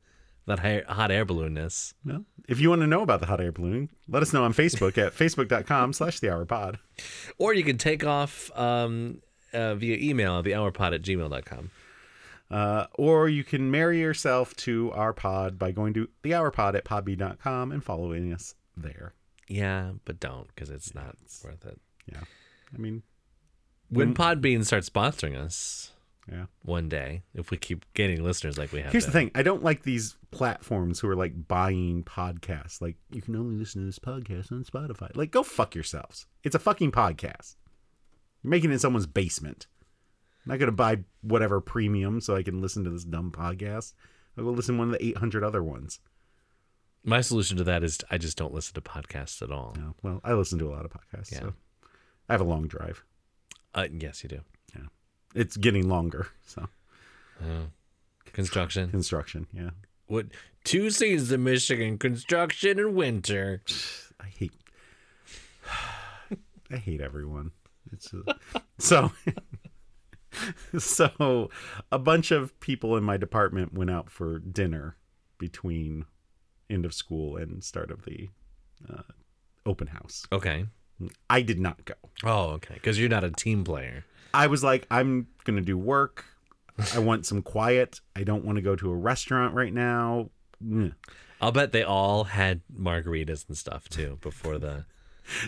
Speaker 2: that hi- hot air balloonness.
Speaker 1: No. If you want to know about the hot air balloon, let us know on Facebook at facebook.com slash the hour pod.
Speaker 2: Or you can take off um, uh, via email at thehourpod at gmail.com.
Speaker 1: Uh, or you can marry yourself to our pod by going to the hour pod at podbee.com and following us there.
Speaker 2: Yeah, but don't because it's not worth it.
Speaker 1: Yeah. I mean,
Speaker 2: When Podbean starts sponsoring us
Speaker 1: yeah.
Speaker 2: one day, if we keep gaining listeners like we have,
Speaker 1: Here's the
Speaker 2: been.
Speaker 1: thing. I don't like these platforms who are like buying podcasts. Like, you can only listen to this podcast on Spotify. Like, go fuck yourselves. It's a fucking podcast. You're making it in someone's basement. I'm not going to buy whatever premium so I can listen to this dumb podcast. I'll go listen to one of the 800 other ones.
Speaker 2: My solution to that is I just don't listen to podcasts at all.
Speaker 1: No, well, I listen to a lot of podcasts.
Speaker 2: Yeah.
Speaker 1: So I have a long drive.
Speaker 2: Uh, yes, you do.
Speaker 1: It's getting longer. So
Speaker 2: Construction.
Speaker 1: construction. Yeah.
Speaker 2: What two seasons of Michigan construction and winter?
Speaker 1: I hate. I hate everyone. It's uh, so. so, a bunch of people in my department went out for dinner between end of school and start of the uh, open house.
Speaker 2: Okay.
Speaker 1: I did not go.
Speaker 2: Oh, okay. Because you're not a team player.
Speaker 1: I was like, I'm gonna do work. I want some quiet. I don't want to go to a restaurant right now. Mm.
Speaker 2: I'll bet they all had margaritas and stuff too before the.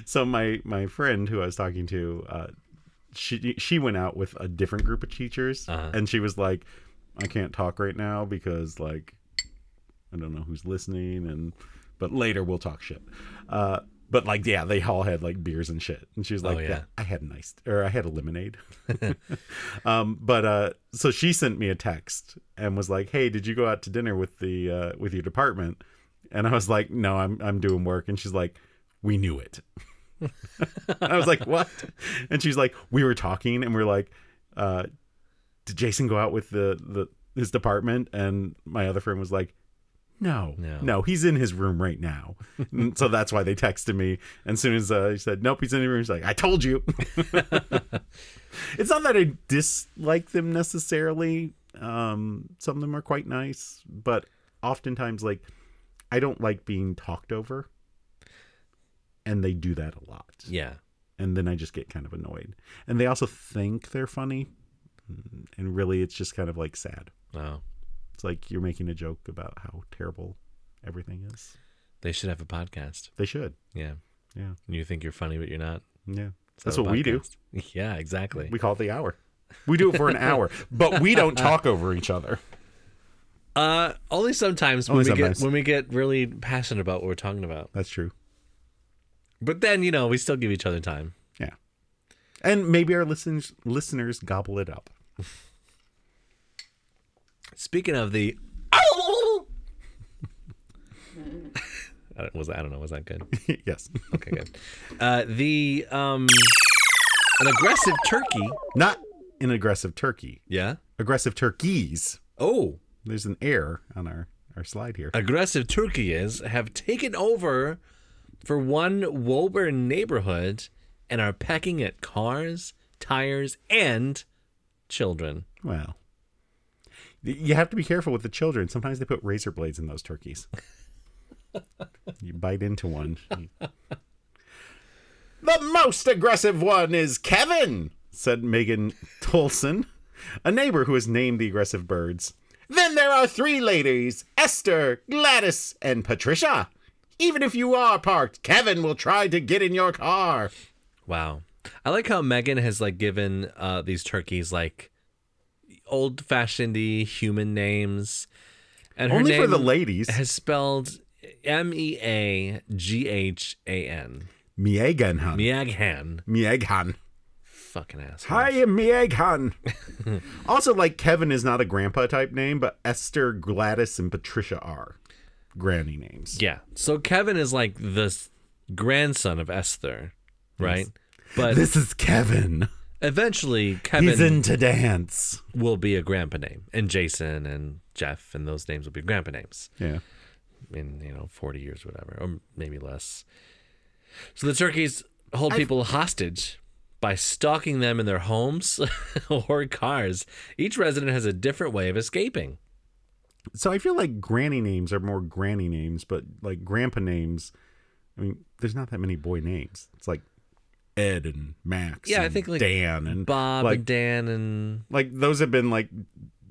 Speaker 1: so my my friend who I was talking to, uh, she she went out with a different group of teachers,
Speaker 2: Uh-huh.
Speaker 1: and she was like, "I can't talk right now because like I don't know who's listening, and but later we'll talk shit." Uh, but like, yeah, they all had like beers and shit, and she was like,
Speaker 2: Oh, yeah.
Speaker 1: "Yeah, I had an ice or I had a lemonade." um, but uh, so she sent me a text and was like, "Hey, did you go out to dinner with the uh, with your department?" And I was like, "No, I'm I'm doing work." And she's like, "We knew it." I was like, "What?" And she's like, "We were talking, and we are like, uh, did Jason go out with the the his department?" And my other friend was like, "No,
Speaker 2: No.
Speaker 1: he's in his room right now." And so that's why they texted me. And as soon as uh, he said, "Nope, he's in his room," he's like, "I told you." it's not that I dislike them necessarily. Um, some of them are quite nice, but oftentimes, like, I don't like being talked over. And they do that a lot
Speaker 2: Yeah.
Speaker 1: and then I just get kind of annoyed. And they also think they're funny, and really it's just kind of like sad.
Speaker 2: Wow.
Speaker 1: It's like you're making a joke about how terrible everything is.
Speaker 2: They should have a podcast.
Speaker 1: They should.
Speaker 2: Yeah.
Speaker 1: Yeah.
Speaker 2: You think you're funny, but you're not.
Speaker 1: Yeah.
Speaker 2: Let's
Speaker 1: That's
Speaker 2: have a
Speaker 1: what we do.
Speaker 2: podcast. Yeah, exactly.
Speaker 1: We call it the hour. We do it for an hour, but we don't talk over each other.
Speaker 2: Uh, only sometimes when
Speaker 1: Only
Speaker 2: we
Speaker 1: sometimes.
Speaker 2: get when we get really passionate about what we're talking about.
Speaker 1: That's true.
Speaker 2: But then you know we still give each other time.
Speaker 1: Yeah. And maybe our listeners listeners gobble it up.
Speaker 2: Speaking of the, I don't- was I don't know was that good?
Speaker 1: yes.
Speaker 2: Okay, good. Uh, the um, an aggressive turkey.
Speaker 1: Not an aggressive turkey.
Speaker 2: Yeah.
Speaker 1: Aggressive turkeys.
Speaker 2: Oh,
Speaker 1: There's an error on our our slide here.
Speaker 2: aggressive turkey is have taken over for one Woburn neighborhood and are pecking at cars, tires, and children.
Speaker 1: Well, y- you have to be careful with the children. Sometimes they put razor blades in those turkeys. you bite into one. the most aggressive one is Kevin, said Megan Tolson, a neighbor who has named the aggressive birds. Then there are three ladies Esther, Gladys, and Patricia. Even if you are parked, Kevin will try to get in your car.
Speaker 2: Wow. I like how Megan has like given uh, these turkeys like old fashioned human names. And her
Speaker 1: Only for
Speaker 2: name
Speaker 1: the ladies.
Speaker 2: has spelled M E A G H A N.
Speaker 1: Mieghan.
Speaker 2: Miaghan.
Speaker 1: Mieghan.
Speaker 2: Fucking asshole.
Speaker 1: Hi, I'm Mieghan. also, like Kevin is not a grandpa type name, but Esther, Gladys, and Patricia are granny names.
Speaker 2: Yeah. So Kevin is like the s- grandson of Esther, right? But
Speaker 1: This is Kevin.
Speaker 2: eventually Kevin
Speaker 1: He's into dance.
Speaker 2: will be a grandpa name. And Jason and Jeff and those names will be grandpa names.
Speaker 1: Yeah.
Speaker 2: in you know 40 years or whatever or maybe less so the turkeys hold people hostage by stalking them in their homes or cars each resident has a different way of escaping
Speaker 1: So I feel like granny names are more granny names, but like grandpa names, I mean, there's not that many boy names. It's like Ed and Max.
Speaker 2: Yeah, I
Speaker 1: and
Speaker 2: think, like,
Speaker 1: Dan and
Speaker 2: bob
Speaker 1: Like,
Speaker 2: and dan and
Speaker 1: like those have been like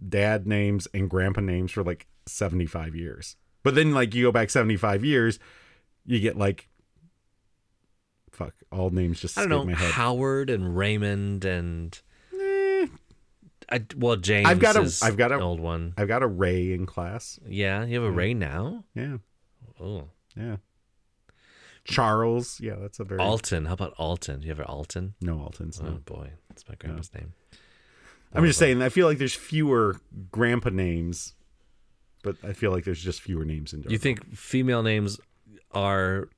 Speaker 1: dad names and grandpa names for like 75 years but then like you go back 75 years you get like fuck all names just
Speaker 2: i
Speaker 1: skip
Speaker 2: don't know
Speaker 1: my head
Speaker 2: howard and raymond and
Speaker 1: Eh,
Speaker 2: I, well james
Speaker 1: I've got a-
Speaker 2: is
Speaker 1: I've got a-
Speaker 2: an old one
Speaker 1: i've got a ray in class
Speaker 2: yeah you have a ray now
Speaker 1: yeah
Speaker 2: oh
Speaker 1: yeah charles yeah that's a very
Speaker 2: alton how about alton you have an alton
Speaker 1: no altons
Speaker 2: oh
Speaker 1: no
Speaker 2: boy that's my grandma's name
Speaker 1: i'm just saying i feel like there's fewer grandpa names but i feel like there's just fewer names in general.
Speaker 2: You think female names are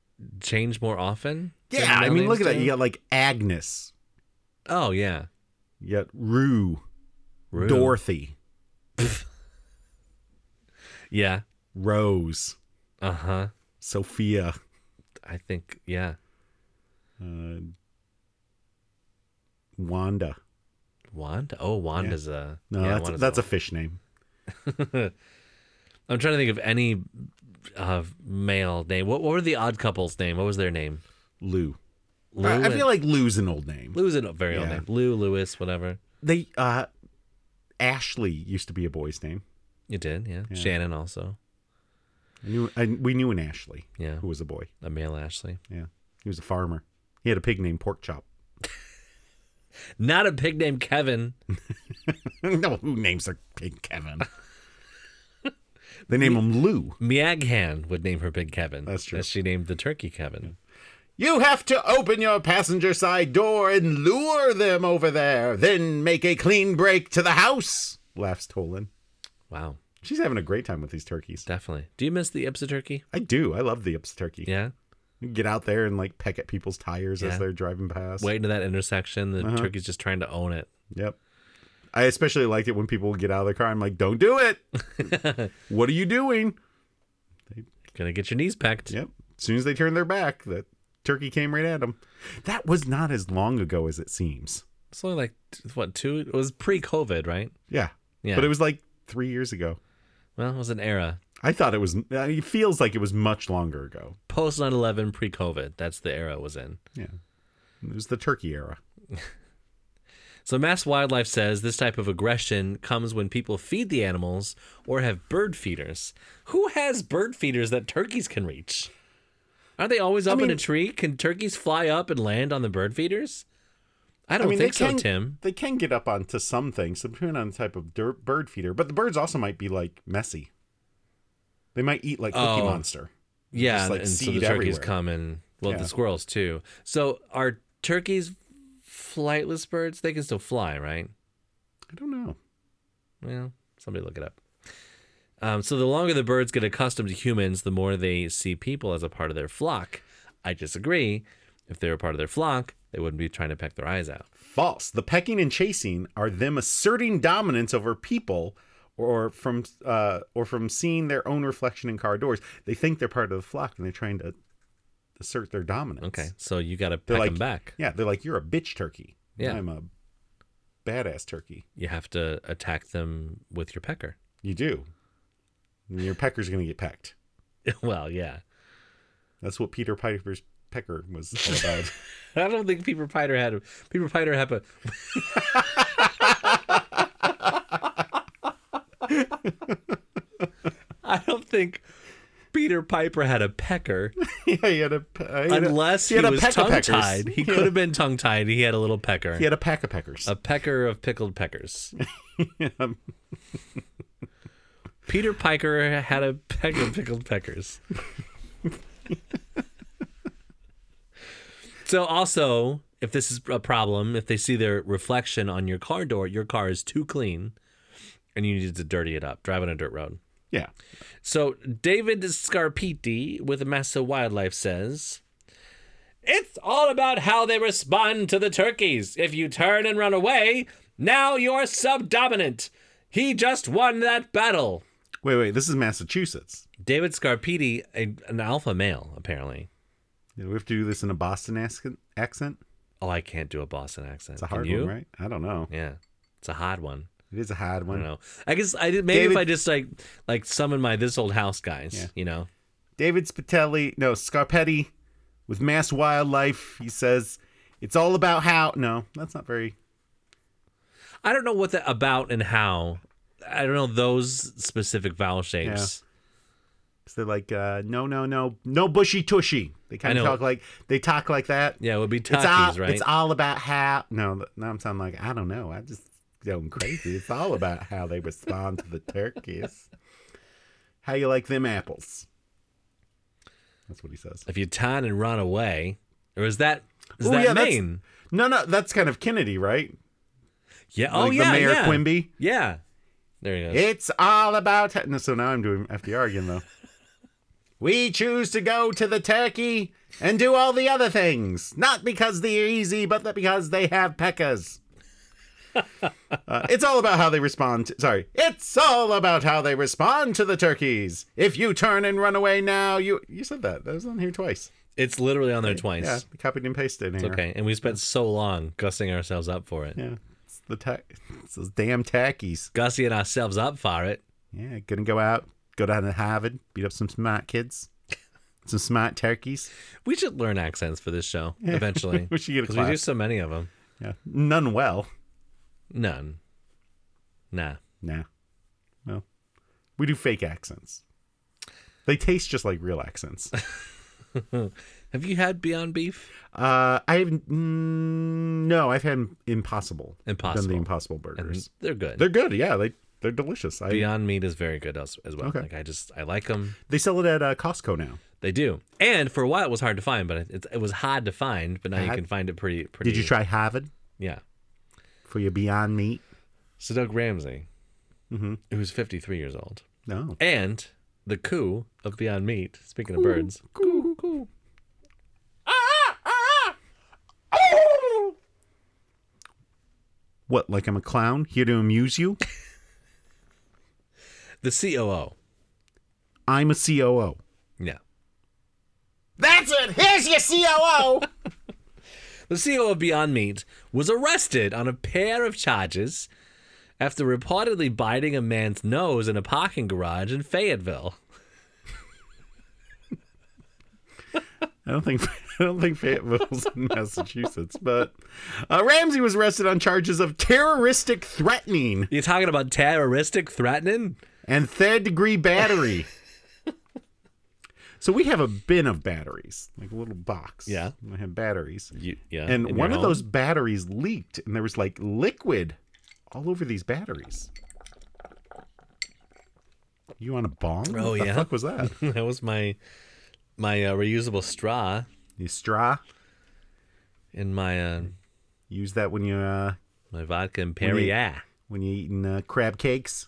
Speaker 2: changed more often? than
Speaker 1: yeah i
Speaker 2: male
Speaker 1: mean look at
Speaker 2: names
Speaker 1: that you
Speaker 2: do?
Speaker 1: got like agnes
Speaker 2: Oh yeah.
Speaker 1: you got rue
Speaker 2: Rue.
Speaker 1: dorothy
Speaker 2: Yeah.
Speaker 1: Rose,
Speaker 2: Uh huh.
Speaker 1: Sophia,
Speaker 2: I think yeah.
Speaker 1: uh, Wanda.
Speaker 2: Wanda. Oh, Wanda's a
Speaker 1: No,
Speaker 2: yeah,
Speaker 1: that's
Speaker 2: Wanda's
Speaker 1: that's a fish name.
Speaker 2: I'm trying to think of any uh, male name. What, what were the Odd Couple's name? What was their name?
Speaker 1: Lou.
Speaker 2: Lou.
Speaker 1: I, I feel
Speaker 2: and-
Speaker 1: like Lou's an old name.
Speaker 2: Lou's a very old
Speaker 1: Yeah.
Speaker 2: name. Lou, Lewis, whatever.
Speaker 1: They uh, Ashley used to be a boy's name.
Speaker 2: You did, yeah. Shannon also
Speaker 1: I knew I, we knew an Ashley.
Speaker 2: Yeah.
Speaker 1: who was a boy.
Speaker 2: a male Ashley.
Speaker 1: Yeah, he was a farmer. He had a pig named Porkchop.
Speaker 2: Not a pig named Kevin.
Speaker 1: no, who names their pig Kevin? they name him Lou.
Speaker 2: Miaghan would name her pig Kevin.
Speaker 1: That's true.
Speaker 2: As she named the turkey Kevin.
Speaker 1: You have to open your passenger side door and lure them over there, then make a clean break to the house, laughs Tolan.
Speaker 2: Wow.
Speaker 1: She's having a great time with these turkeys.
Speaker 2: Definitely. Do you miss the Ipsa turkey?
Speaker 1: I do. I love the Ips turkey.
Speaker 2: Yeah.
Speaker 1: You Get out there and like peck at people's tires
Speaker 2: Yeah.
Speaker 1: as they're driving past.
Speaker 2: Wait into that intersection. The
Speaker 1: Uh-huh.
Speaker 2: turkey's just trying to own it.
Speaker 1: Yep. I especially liked it when people would get out of their car. I'm like, don't do it. what are you doing?
Speaker 2: Gonna get your knees pecked.
Speaker 1: Yep. As soon as they turned their back, that turkey came right at them. That was not as long ago as it seems.
Speaker 2: It's only like t- what two? It was pre-COVID, right?
Speaker 1: Yeah.
Speaker 2: Yeah.
Speaker 1: But it was like three years ago.
Speaker 2: Well, it was an era
Speaker 1: I thought it was, I mean, it feels like it was much longer ago.
Speaker 2: post 9/11, pre-COVID. That's the era it was in.
Speaker 1: Yeah. It was the turkey era.
Speaker 2: So Mass Wildlife says this type of aggression comes when people feed the animals or have bird feeders. Who has bird feeders that turkeys can reach? Aren't they always up in a
Speaker 1: mean-
Speaker 2: tree? Can turkeys fly up and land on the bird feeders? I don't think so, Tim.
Speaker 1: They can get up onto some things, depending on the type of dir- bird feeder. But the birds also might be like messy. They might eat like Cookie
Speaker 2: Oh.
Speaker 1: Monster.
Speaker 2: Yeah,
Speaker 1: Just, like,
Speaker 2: and so the
Speaker 1: seed
Speaker 2: turkeys
Speaker 1: everywhere.
Speaker 2: come and well,
Speaker 1: Yeah.
Speaker 2: the squirrels too. So are turkeys flightless birds? They can still fly, right?
Speaker 1: I don't know.
Speaker 2: Well, somebody look it up. Um, so the longer the birds get accustomed to humans, the more they see people as a part of their flock. I disagree. If they were part of their flock, they wouldn't be trying to peck their eyes out.
Speaker 1: False. The pecking and chasing are them asserting dominance over people, or from uh, or from seeing their own reflection in car doors. They think they're part of the flock and they're trying to assert their dominance.
Speaker 2: Okay, so you got to
Speaker 1: They're
Speaker 2: peck
Speaker 1: like
Speaker 2: them back.
Speaker 1: Yeah, they're like you're a bitch turkey.
Speaker 2: Yeah.
Speaker 1: I'm a badass turkey.
Speaker 2: You have to attack them with your pecker.
Speaker 1: You do. And Your pecker's gonna get pecked.
Speaker 2: well, yeah.
Speaker 1: That's what Peter Piper's pecker was all about.
Speaker 2: I don't think Peter Piper had a Peter Piper had a I don't think Peter Piper had a pecker
Speaker 1: yeah, he had a. pe- uh, He had a-
Speaker 2: unless
Speaker 1: he
Speaker 2: he,
Speaker 1: had a
Speaker 2: was
Speaker 1: peck of
Speaker 2: tongue
Speaker 1: peckers.
Speaker 2: tied. He could have been tongue tied. He had a little pecker.
Speaker 1: He had a pack of peckers.
Speaker 2: A pecker of pickled peckers. Peter Piker had a peck of pickled peckers. so also, if this is a problem, if they see their reflection on your car door, your car is too clean and you need to dirty it up. Drive on a dirt road.
Speaker 1: yeah.
Speaker 2: So David Scarpiti with Massa Wildlife says, "It's all about how they respond to the turkeys. If you turn and run away, now you're subdominant. He just won that battle."
Speaker 1: Wait, wait. This is Massachusetts.
Speaker 2: David Scarpiti, a, an alpha male apparently.
Speaker 1: Do we have to do this in a Boston ac- accent?
Speaker 2: Oh, I can't do a Boston accent.
Speaker 1: It's a hard
Speaker 2: Can you?
Speaker 1: one, right? I don't know.
Speaker 2: Yeah, it's a hard one.
Speaker 1: It is a hard
Speaker 2: I
Speaker 1: one.
Speaker 2: don't know. I guess I did. Maybe
Speaker 1: David-
Speaker 2: if I just like like summon my this old house guys,
Speaker 1: Yeah.
Speaker 2: you know.
Speaker 1: David Spatelli, no, Scarpetti with Mass Wildlife. He says, it's all about how. No, that's not very.
Speaker 2: I don't know what the about and how. I don't know those specific vowel shapes.
Speaker 1: Cause they're like, uh, no, no, no, no bushy tushy. They kind
Speaker 2: I
Speaker 1: of
Speaker 2: know.
Speaker 1: talk like, they talk like that.
Speaker 2: Yeah, it would be
Speaker 1: it's all,
Speaker 2: Takis, right?
Speaker 1: it's all about how. No, th- now I'm sounding like, I don't know. I just going crazy. It's all about how they respond to the turkeys. How you like them apples. That's what he says.
Speaker 2: if you turn and run away, or is that is
Speaker 1: Ooh,
Speaker 2: that
Speaker 1: yeah, that's-
Speaker 2: Maine?
Speaker 1: No, no, that's kind of Kennedy, right?
Speaker 2: Yeah. Oh
Speaker 1: like
Speaker 2: yeah.
Speaker 1: the Mayor
Speaker 2: yeah.
Speaker 1: Quimby.
Speaker 2: Yeah. There he goes.
Speaker 1: It's all about. No, so now I'm doing FDR again, though. we choose to go to the turkey and do all the other things, not because they're easy, but that because they have peckers. Uh, it's all about how they respond. To, sorry, it's all about how they respond to the turkeys. If you turn and run away now, you you said that. That was on here twice.
Speaker 2: it's literally on there twice.
Speaker 1: Yeah, copied and pasted in here.
Speaker 2: Okay, and we spent so long gussing ourselves up for it,
Speaker 1: Yeah, it's the ta- it's those damn tackies.
Speaker 2: gussying ourselves up for it.
Speaker 1: Yeah, gonna go out, go down to Harvard, beat up some smart kids, some smart turkeys.
Speaker 2: We should learn accents for this show eventually
Speaker 1: We should get a
Speaker 2: because we do
Speaker 1: class.
Speaker 2: so many of them.
Speaker 1: Yeah, none well.
Speaker 2: None. Nah.
Speaker 1: Nah, no, we do fake accents. They taste just like real accents.
Speaker 2: Have you had Beyond Beef?
Speaker 1: Uh, I have mm, no, I've had Impossible, done
Speaker 2: Impossible.
Speaker 1: the Impossible burgers.
Speaker 2: They're good.
Speaker 1: They're good. Yeah, they they're delicious. I,
Speaker 2: Beyond Meat is very good as, as well.
Speaker 1: Okay.
Speaker 2: Like I just I like them.
Speaker 1: they sell it at uh, Costco now.
Speaker 2: They do. And for a while it was hard to find, but it, it was hard to find. But now you
Speaker 1: Hard?
Speaker 2: can find it pretty pretty.
Speaker 1: Did you try Harvard
Speaker 2: Yeah.
Speaker 1: for your Beyond Meat? Mm-hmm.
Speaker 2: So Doug Ramsey, who's fifty three years old,
Speaker 1: No.
Speaker 2: and the coo of Beyond Meat. Speaking of birds, coo coo.
Speaker 4: Ah,
Speaker 1: What, like I'm a clown here to amuse you?
Speaker 2: The COO.
Speaker 1: I'm a COO.
Speaker 2: Yeah.
Speaker 4: That's it. Here's your COO.
Speaker 2: The CEO of Beyond Meat was arrested on a pair of charges after reportedly biting a man's nose in a parking garage in Fayetteville.
Speaker 1: I don't think I don't think Fayetteville's in Massachusetts, but uh, Ramsey was arrested on charges of terroristic threatening
Speaker 2: You're talking about terroristic threatening?
Speaker 1: and third degree battery. so we have a bin of batteries, like a little box.
Speaker 2: Yeah.
Speaker 1: I have batteries,
Speaker 2: You, yeah.
Speaker 1: and
Speaker 2: uh, in
Speaker 1: one
Speaker 2: your
Speaker 1: of
Speaker 2: home?
Speaker 1: those batteries leaked, and there was like liquid all over these batteries. You on a bong?
Speaker 2: Oh,
Speaker 1: what the
Speaker 2: yeah?
Speaker 1: fuck was that?
Speaker 2: that was my my uh, reusable straw
Speaker 1: you straw.
Speaker 2: in my uh,
Speaker 1: Use that when you uh,
Speaker 2: my vodka and Perrier.
Speaker 1: when you're eating uh, crab cakes.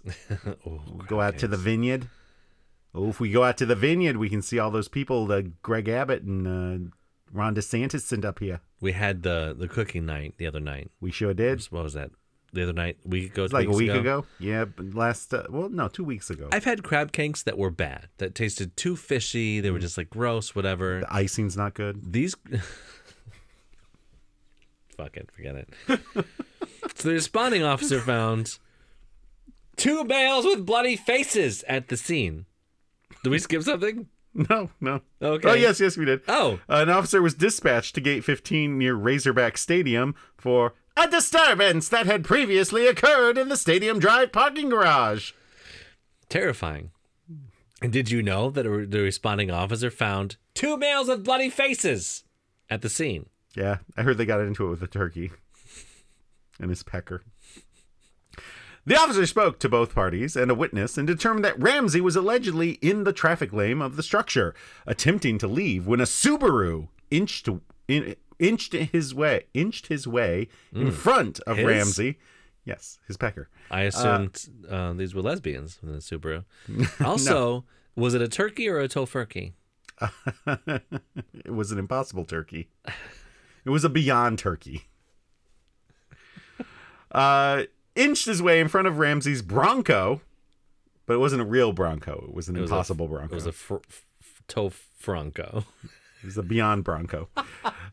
Speaker 2: Oh,
Speaker 1: go out to the vineyard. Oh, if we go out to the vineyard, we can see all those people that Greg Abbott and uh, Ron DeSantis sent up here.
Speaker 2: We had the the cooking night the other night.
Speaker 1: We sure did.
Speaker 2: What was that? The other night, week ago,
Speaker 1: It's like a week ago. Yeah, but last, uh, well, no, two weeks ago.
Speaker 2: I've had crab cakes that were bad, that tasted too fishy.
Speaker 1: Mm.
Speaker 2: They were just like gross, whatever.
Speaker 1: the icing's not good.
Speaker 2: These. Fuck it, forget it. so the responding officer found two males with bloody faces at the scene. Did we skip something?
Speaker 1: No, no.
Speaker 2: Okay.
Speaker 1: Oh, yes, yes, we did.
Speaker 2: Oh,
Speaker 1: An officer was dispatched to Gate 15 near Razorback Stadium for a disturbance that had previously occurred in the Stadium Drive parking garage.
Speaker 2: terrifying. Hmm. And did you know that a- the responding officer found two males with bloody faces at the scene?
Speaker 1: Yeah, I heard they got into it with a turkey and his pecker. The officer spoke to both parties and a witness and determined that Ramsey was allegedly in the traffic lane of the structure, attempting to leave when a Subaru inched in, inched his way inched his way in front of
Speaker 2: His?
Speaker 1: Ramsey. Yes, his pecker.
Speaker 2: I assumed uh, these were lesbians in the Subaru. Also, was it a turkey or a tofurkey?
Speaker 1: It was an impossible turkey. It was a beyond turkey. Uh, inched his way in front of Ramsey's Bronco, but it wasn't a real Bronco. It was an
Speaker 2: was a-
Speaker 1: impossible
Speaker 2: It
Speaker 1: Bronco.
Speaker 2: was a fr- f- tofranco.
Speaker 1: It was a beyond Bronco.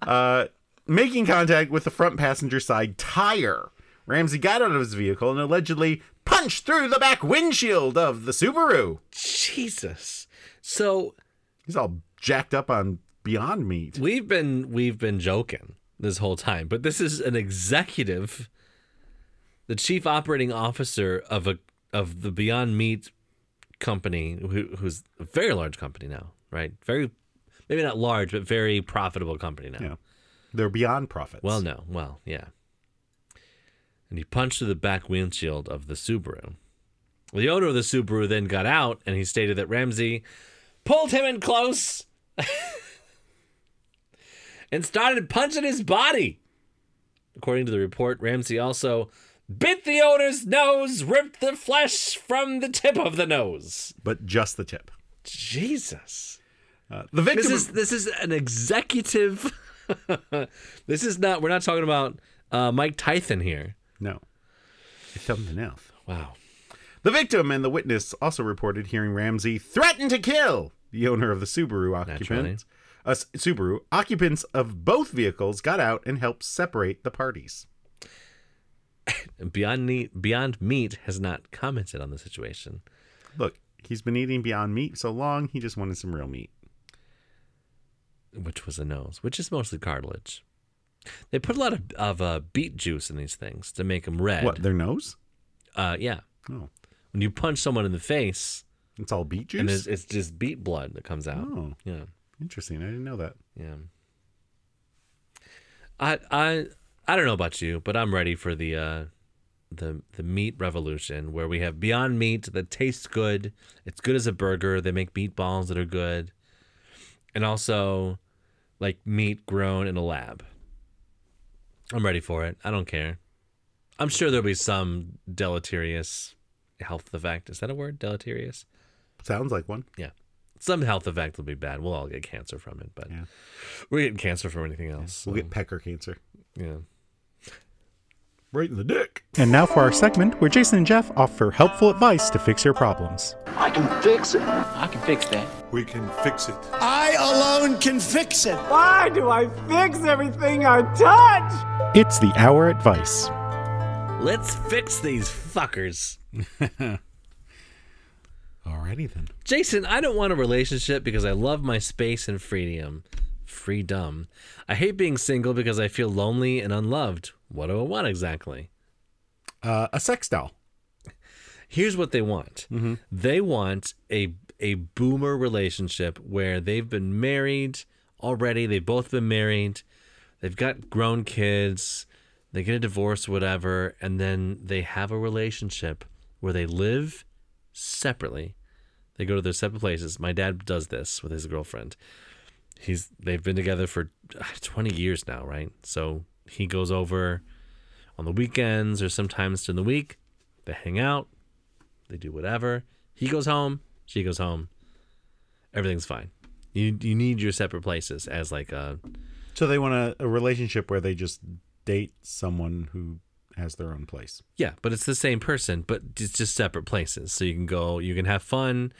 Speaker 1: uh, making contact with the front passenger side tire, Ramsey got out of his vehicle and allegedly punched through the back windshield of the Subaru.
Speaker 2: Jesus. So
Speaker 1: He's all jacked up on Beyond Meat.
Speaker 2: we've been we've been joking this whole time, but this is an executive, the chief operating officer of a of the Beyond Meat company, who, who's a very large company now, right? Very, maybe not large, but very profitable company now.
Speaker 1: Yeah. They're beyond profits.
Speaker 2: Well, no. Well, yeah. And he punched through the back windshield of the Subaru. The owner of the Subaru then got out and he stated that Ramsey pulled him in close and started punching his body. According to the report, Ramsey also bit the owner's nose, ripped the flesh from the tip of the nose.
Speaker 1: but just the tip.
Speaker 2: Jesus.
Speaker 1: Uh, the victim.
Speaker 2: This is this is an executive. this is not. We're not talking about uh, Mike Tyson here.
Speaker 1: No. It fell in the mouth.
Speaker 2: Wow.
Speaker 1: The victim and the witness also reported hearing Ramsey threaten to kill the owner of the Subaru
Speaker 2: Naturally.
Speaker 1: occupant. Uh, S- Subaru occupants of both vehicles got out and helped separate the parties.
Speaker 2: Beyond Meat, Beyond Meat has not commented on the situation.
Speaker 1: Look, he's been eating Beyond Meat so long, he just wanted some real meat.
Speaker 2: which was a nose, which is mostly cartilage. They put a lot of, of uh, beet juice in these things to make them red.
Speaker 1: What, their nose?
Speaker 2: Uh, yeah.
Speaker 1: Oh,
Speaker 2: When you punch someone in the face,
Speaker 1: it's all beet
Speaker 2: and it's,
Speaker 1: juice?
Speaker 2: it's just beet blood that comes out.
Speaker 1: Oh,
Speaker 2: Yeah,
Speaker 1: interesting. I didn't know that.
Speaker 2: yeah. I I I don't know about you, but I'm ready for the uh, the the meat revolution where we have Beyond Meat that tastes good. It's good as a burger. They make meatballs that are good, and also like meat grown in a lab. I'm ready for it. I don't care. I'm sure there'll be some deleterious health effect. Is that a word? Deleterious?
Speaker 1: Sounds like one.
Speaker 2: Yeah. Some health effect will be bad. We'll all get cancer from it, but
Speaker 1: Yeah.
Speaker 2: we're getting cancer from anything else.
Speaker 1: We'll
Speaker 2: so,
Speaker 1: get pecker cancer.
Speaker 2: yeah.
Speaker 1: Right in the dick. And now for our segment where Jason and Jeff offer helpful advice to fix your problems.
Speaker 5: I can fix it.
Speaker 6: I can fix that.
Speaker 7: We can fix it.
Speaker 8: I alone can fix it.
Speaker 9: Why do I fix everything I touch?
Speaker 1: It's the hour advice.
Speaker 2: Let's fix these fuckers.
Speaker 1: Alrighty then.
Speaker 2: Jason, I don't want a relationship because I love my space and freedom. Freedom. I hate being single because I feel lonely and unloved. What do I want exactly?
Speaker 1: Uh, a sex doll.
Speaker 2: Here's what they want. They want a a boomer relationship where they've been married already. They've both been married. They've got grown kids. They get a divorce, whatever, and then they have a relationship where they live separately. They go to their separate places. My dad does this with his girlfriend. He's they've been together for ah, 20 years now, right? So he goes over on the weekends or sometimes during the week. They hang out. They do whatever. He goes home. She goes home. Everything's fine. You you need your separate places as like uh, a
Speaker 1: So they want a, a relationship where they just date someone who has their own place.
Speaker 2: Yeah, but it's the same person, but it's just separate places. So you can go, you can have fun,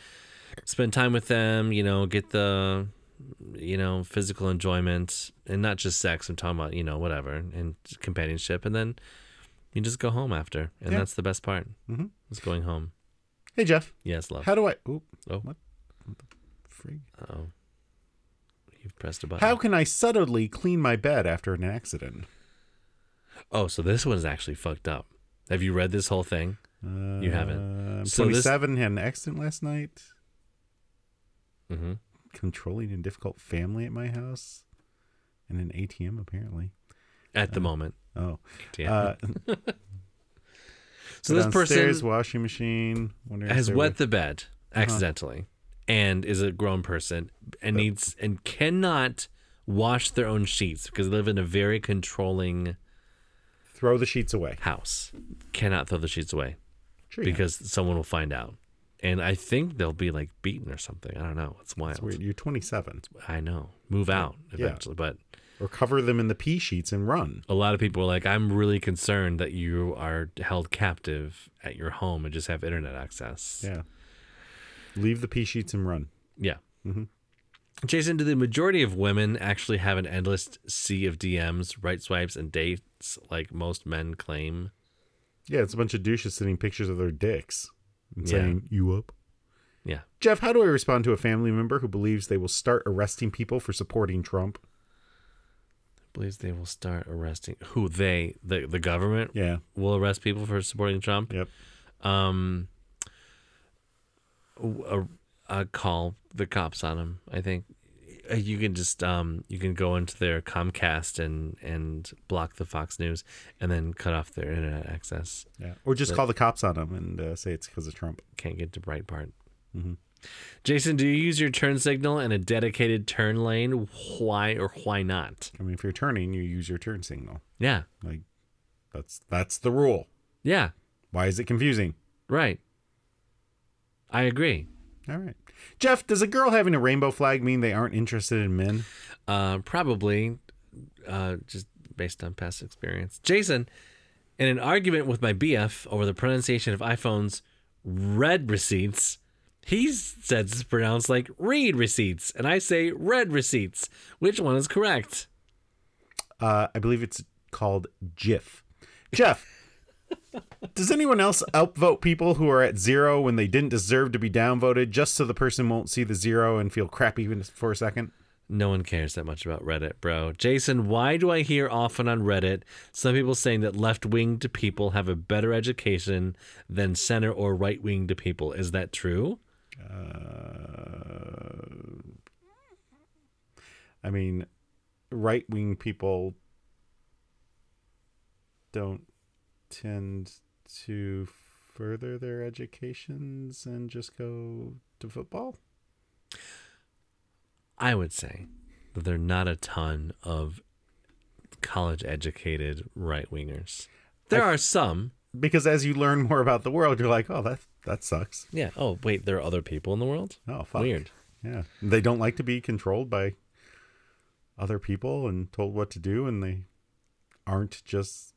Speaker 2: spend time with them, you know, get the, you know, physical enjoyment and not just sex. I'm talking about, you know, whatever and companionship. And then you just go home after. And
Speaker 1: Yeah.
Speaker 2: that's the best part mm-hmm. is going home.
Speaker 1: Hey Jeff,
Speaker 2: Yes, love.
Speaker 1: how do I? Oop,
Speaker 2: oh,
Speaker 1: what? freak.
Speaker 2: oh. You've pressed a button.
Speaker 1: How can I subtly clean my bed after an accident?
Speaker 2: oh, so this one's actually fucked up. Have you read this whole thing?
Speaker 1: Uh,
Speaker 2: You haven't.
Speaker 1: I'm
Speaker 2: So this-
Speaker 1: 27, had an accident last night.
Speaker 2: Mm-hmm.
Speaker 1: Controlling and difficult family at my house, and an ATM apparently.
Speaker 2: At the moment.
Speaker 1: Oh,
Speaker 2: Yeah.
Speaker 1: uh,
Speaker 2: so this person
Speaker 1: downstairs, washing machine. wondering if
Speaker 2: has
Speaker 1: there Uh-huh.
Speaker 2: wet the bed accidentally and is a grown person and needs and cannot wash their own sheets because they live in a very controlling
Speaker 1: were- throw the sheets away
Speaker 2: house. Cannot throw the sheets away
Speaker 1: Sure you
Speaker 2: because someone will find out. And I think they'll be like beaten or something. I don't know. It's wild.
Speaker 1: It's weird. You're 27.
Speaker 2: I know. Move out
Speaker 1: Yeah.
Speaker 2: eventually. But
Speaker 1: Or cover them in the pea sheets and run.
Speaker 2: a lot of people are like, I'm really concerned that you are held captive at your home and just have internet access.
Speaker 1: Yeah. Leave the pea sheets and run.
Speaker 2: Yeah. Jason, do the majority of women actually have an endless sea of DMs, right swipes, and dates like most men claim?
Speaker 1: Yeah, it's a bunch of douches sending pictures of their dicks and
Speaker 2: Yeah.
Speaker 1: saying, You up?
Speaker 2: Yeah.
Speaker 1: Jeff, how do I respond to a family member who believes they will start arresting people for supporting Trump?
Speaker 2: Believes they will start arresting who they the the government
Speaker 1: Yeah.
Speaker 2: will arrest people for supporting Trump.
Speaker 1: Yep.
Speaker 2: Um, a, a call the cops on them. I think Uh, you can just um you can go into their Comcast and and block the Fox News and then cut off their internet access.
Speaker 1: Yeah. Or just call the cops on them and uh, say it's because of Trump.
Speaker 2: can't get to Breitbart. part. Jason, do you use your turn signal in a dedicated turn lane? Why or why not?
Speaker 1: I mean, if you're turning, you use your turn signal.
Speaker 2: Yeah,
Speaker 1: Like, that's that's the rule.
Speaker 2: yeah,
Speaker 1: Why is it confusing?
Speaker 2: right. I agree.
Speaker 1: All right. Jeff, does a girl having a rainbow flag mean they aren't interested in men?
Speaker 2: Uh, probably, uh, just based on past experience. Jason, in an argument with my BF over the pronunciation of iPhone's red receipts, he says it's pronounced like read receipts, and I say red receipts. Which one is correct?
Speaker 1: Uh, I believe it's called GIF. Jeff, does anyone else outvote people who are at zero when they didn't deserve to be downvoted just so the person won't see the zero and feel crappy even for a second?
Speaker 2: No one cares that much about Reddit, bro. Jason, why do I hear often on Reddit some people saying that left winged people have a better education than center or right winged people? Is that true?
Speaker 1: Uh, I mean, right wing people don't tend to further their educations and just go to football.
Speaker 2: I would say that there are not a ton of college educated right wingers. There are some.
Speaker 1: Because as you learn more about the world, you're like, oh, that That sucks.
Speaker 2: Yeah. Oh, wait, there are other people in the world?
Speaker 1: Oh, fuck.
Speaker 2: Weird.
Speaker 1: Yeah. They don't like to be controlled by other people and told what to do, and they aren't just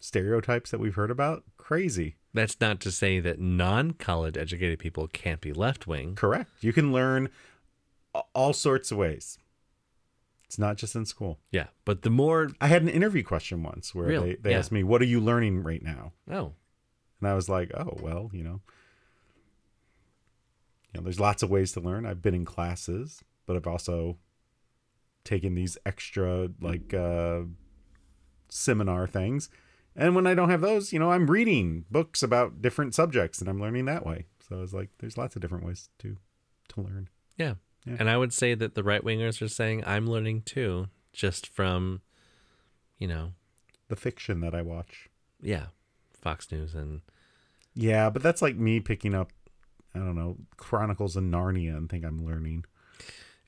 Speaker 1: stereotypes that we've heard about. Crazy.
Speaker 2: That's not to say that non college educated people can't be left wing.
Speaker 1: Correct. You can learn a- all sorts of ways. It's not just in school.
Speaker 2: Yeah. But the more,
Speaker 1: I had an interview question once where
Speaker 2: Really?
Speaker 1: they, they
Speaker 2: Yeah.
Speaker 1: asked me, What are you learning right now?
Speaker 2: oh,
Speaker 1: And I was like, Oh, well, you know, you know, there's lots of ways to learn. I've been in classes, but I've also taken these extra like uh seminar things. And when I don't have those, you know, I'm reading books about different subjects and I'm learning that way. So I was like, there's lots of different ways to to learn.
Speaker 2: yeah. And I would say that the right wingers are saying, I'm learning too, just from, you know,
Speaker 1: The fiction that I watch.
Speaker 2: yeah, Fox News and
Speaker 1: Yeah, but that's like me picking up, I don't know, Chronicles of Narnia and think I'm learning.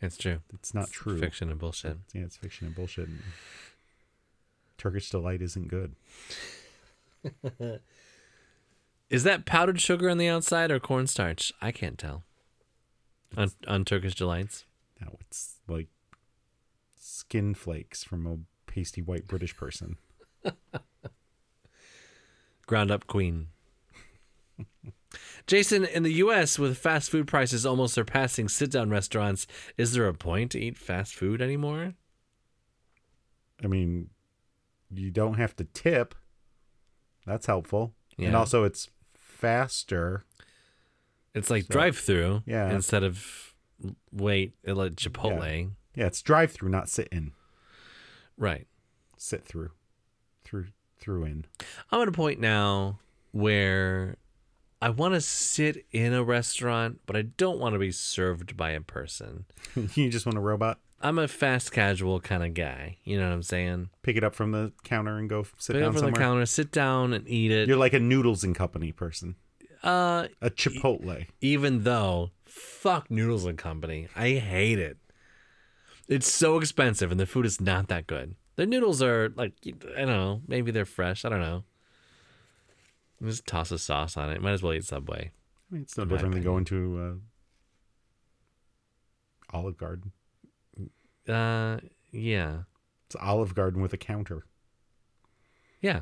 Speaker 2: it's true.
Speaker 1: It's not true.
Speaker 2: Fiction and bullshit.
Speaker 1: Yeah, it's fiction and bullshit. Turkish delight isn't good.
Speaker 2: Is that powdered sugar on the outside or cornstarch? I can't tell. On, on Turkish delights.
Speaker 1: No, it's like skin flakes from a pasty white British person.
Speaker 2: Ground up queen. Jason, in the US, with fast food prices almost surpassing sit down restaurants, is there a point to eat fast food anymore?
Speaker 1: I mean, you don't have to tip. That's helpful. And
Speaker 2: Yeah.
Speaker 1: also, it's faster.
Speaker 2: It's like drive through
Speaker 1: Yeah.
Speaker 2: instead of wait at like Chipotle.
Speaker 1: Yeah, it's drive through, not sit in.
Speaker 2: Right.
Speaker 1: Sit through. Through, through in.
Speaker 2: I'm at a point now where I want to sit in a restaurant, but I don't want to be served by a person.
Speaker 1: you just want a robot?
Speaker 2: I'm a fast casual kind of guy. You know what I'm saying?
Speaker 1: pick it up from the counter and go sit
Speaker 2: Pick it
Speaker 1: down
Speaker 2: up from the
Speaker 1: somewhere.
Speaker 2: counter, sit down and eat it.
Speaker 1: You're like a noodles and company person,
Speaker 2: uh,
Speaker 1: a Chipotle.
Speaker 2: even though fuck noodles and company i hate it it's so expensive and the food is not that good the noodles are like i don't know maybe they're fresh i don't know just toss a sauce on it might as well eat subway
Speaker 1: I mean, it's no
Speaker 2: my
Speaker 1: different than going to uh, Olive Garden.
Speaker 2: uh yeah
Speaker 1: It's Olive Garden with a counter.
Speaker 2: yeah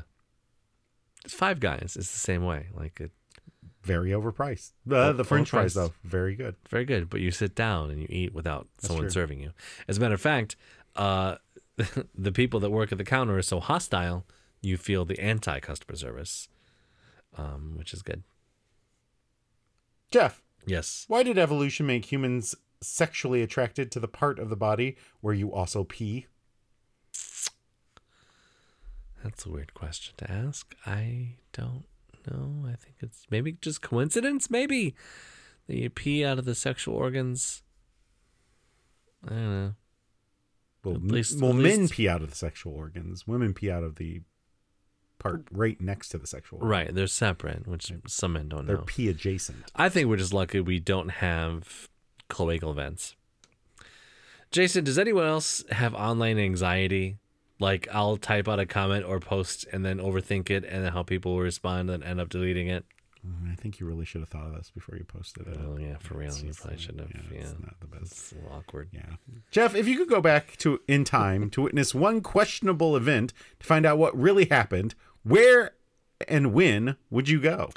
Speaker 2: it's five guys it's the same way like it,
Speaker 1: Very overpriced. Uh,
Speaker 2: Oh,
Speaker 1: the French fries
Speaker 2: overpriced.
Speaker 1: though, very good.
Speaker 2: very good but you sit down and you eat without someone
Speaker 1: true.
Speaker 2: serving you as a matter of fact uh the people that work at the counter are so hostile you feel the anti customer service um which is good
Speaker 1: Jeff,
Speaker 2: Yes.
Speaker 1: why did evolution make humans sexually attracted to the part of the body where you also pee?
Speaker 2: That's a weird question to ask. I don't know. I think it's maybe just coincidence, maybe that you pee out of the sexual organs. I don't know.
Speaker 1: Well,
Speaker 2: At
Speaker 1: m-
Speaker 2: least-
Speaker 1: well
Speaker 2: at
Speaker 1: men
Speaker 2: least-
Speaker 1: pee out of the sexual organs. Women pee out of the part right next to the sexual. organ.
Speaker 2: Right. They're separate, which some men don't
Speaker 1: They're
Speaker 2: know.
Speaker 1: pee adjacent.
Speaker 2: I think we're just lucky we don't have cloacal vents. Jason, does anyone else have online anxiety? Like I'll type out a comment or post and then overthink it and then how people will respond and end up deleting it.
Speaker 1: I think you really should have thought of this before you posted it.
Speaker 2: Oh yeah, for real.
Speaker 1: It's
Speaker 2: You
Speaker 1: just,
Speaker 2: probably
Speaker 1: uh,
Speaker 2: shouldn't have. Yeah,
Speaker 1: It's not the best.
Speaker 2: It's a little awkward.
Speaker 1: Yeah. Jeff, if you could go back to in time to witness one questionable event to find out what really happened, where and when would you go?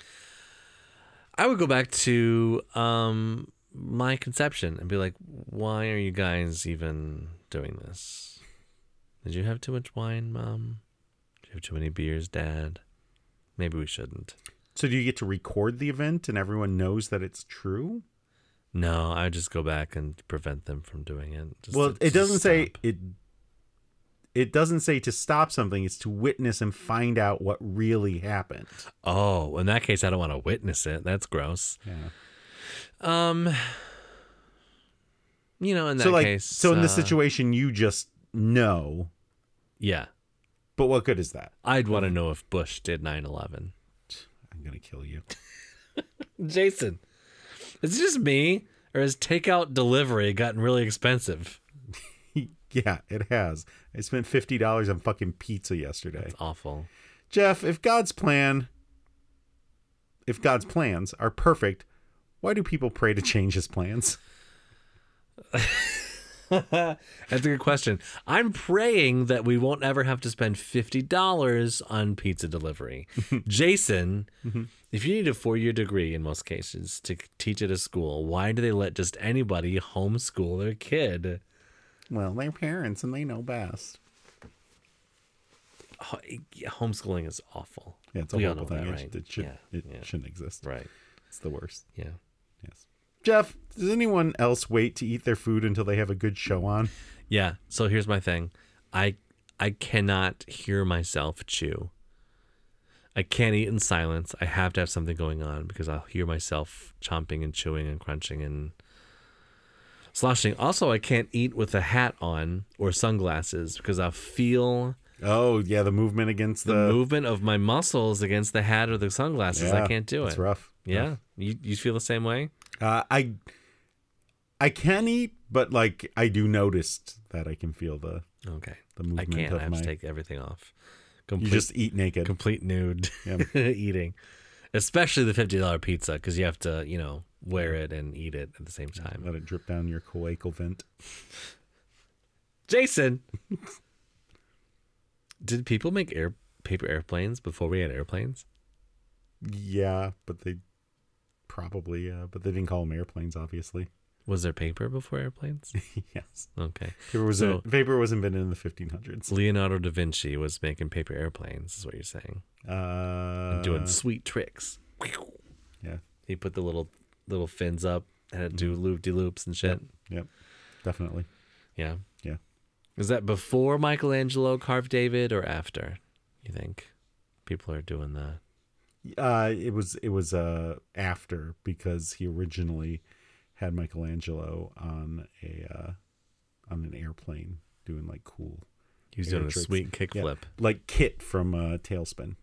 Speaker 2: I would go back to um, my conception and be like, why are you guys even doing this? Did you have too much wine, Mom? Did you have too many beers, Dad? Maybe we shouldn't.
Speaker 1: So do you get to record the event and everyone knows that it's true?
Speaker 2: No, I would just go back and prevent them from doing it. Just
Speaker 1: well,
Speaker 2: to-
Speaker 1: it
Speaker 2: to
Speaker 1: doesn't say
Speaker 2: stop.
Speaker 1: it it doesn't say to stop something, it's to witness and find out what really happened.
Speaker 2: Oh, in that case, I don't want to witness it. That's gross.
Speaker 1: Yeah.
Speaker 2: Um, you know, in that
Speaker 1: So like
Speaker 2: case,
Speaker 1: so in this
Speaker 2: uh,
Speaker 1: situation you just know,
Speaker 2: yeah,
Speaker 1: but what good is that?
Speaker 2: I'd want to know if Bush did 9/11.
Speaker 1: I'm going to kill you.
Speaker 2: Jason, is it just me or has takeout delivery gotten really expensive?
Speaker 1: Yeah, it has. I spent fifty dollars on fucking pizza yesterday.
Speaker 2: It's awful.
Speaker 1: Jeff, if God's plan if God's plans are perfect, why do people pray to change his plans?
Speaker 2: That's a good question. I'm praying that we won't ever have to spend fifty dollars on pizza delivery. Jason,
Speaker 1: Mm-hmm.
Speaker 2: if you need a four-year degree in most cases to teach at a school, why do they let just anybody homeschool their kid?
Speaker 1: Well, they're parents and they know best.
Speaker 2: Ho- Homeschooling is awful.
Speaker 1: Yeah, it's a
Speaker 2: We all
Speaker 1: horrible
Speaker 2: know
Speaker 1: thing. It
Speaker 2: that, right?
Speaker 1: sh- It, should,
Speaker 2: yeah,
Speaker 1: it
Speaker 2: yeah,
Speaker 1: shouldn't exist.
Speaker 2: right.
Speaker 1: It's the worst.
Speaker 2: Yeah.
Speaker 1: Yes. Jeff, does anyone else wait to eat their food until they have a good show on?
Speaker 2: Yeah. So here's my thing. I I cannot hear myself chew. I can't eat in silence. I have to have something going on because I'll hear myself chomping and chewing and crunching and sloshing. Also, I can't eat with a hat on or sunglasses because I feel
Speaker 1: Oh, yeah, the movement against
Speaker 2: the
Speaker 1: the,
Speaker 2: movement of my muscles against the hat or the sunglasses. I
Speaker 1: Uh, Yeah,
Speaker 2: can't do it.
Speaker 1: It's rough.
Speaker 2: Yeah. You you feel the same way?
Speaker 1: Uh, I I can eat, but like I do notice that I can feel the
Speaker 2: Okay.
Speaker 1: the
Speaker 2: I
Speaker 1: movement
Speaker 2: can't.
Speaker 1: of
Speaker 2: I have
Speaker 1: my.
Speaker 2: to take everything off.
Speaker 1: you
Speaker 2: Complete
Speaker 1: just eat naked.
Speaker 2: complete nude eating, especially the fifty dollar pizza because you have to you know wear it and eat it at the same time.
Speaker 1: Let it drip down your cloacal vent.
Speaker 2: Jason, did people make air paper airplanes before we had airplanes?
Speaker 1: Yeah, but they probably. Uh, but they didn't call them airplanes, obviously.
Speaker 2: Was there paper before airplanes?
Speaker 1: yes,
Speaker 2: Okay,
Speaker 1: paper was
Speaker 2: So-
Speaker 1: paper was invented in the 1500s.
Speaker 2: Leonardo da Vinci was making paper airplanes, is what you're saying,
Speaker 1: Uh,
Speaker 2: doing sweet tricks.
Speaker 1: yeah, Mm-hmm.
Speaker 2: He put the little little fins up, had to do loop de loops and shit.
Speaker 1: yep, definitely.
Speaker 2: Yeah,
Speaker 1: Yeah,
Speaker 2: Is that before Michelangelo carved David or after? You think people are doing that?
Speaker 1: uh, it was it was uh, after because he originally had Michelangelo on a uh, on an airplane doing like cool
Speaker 2: He was
Speaker 1: air
Speaker 2: doing a
Speaker 1: tricks.
Speaker 2: sweet kickflip.
Speaker 1: Yeah, like Kit from uh, Tailspin.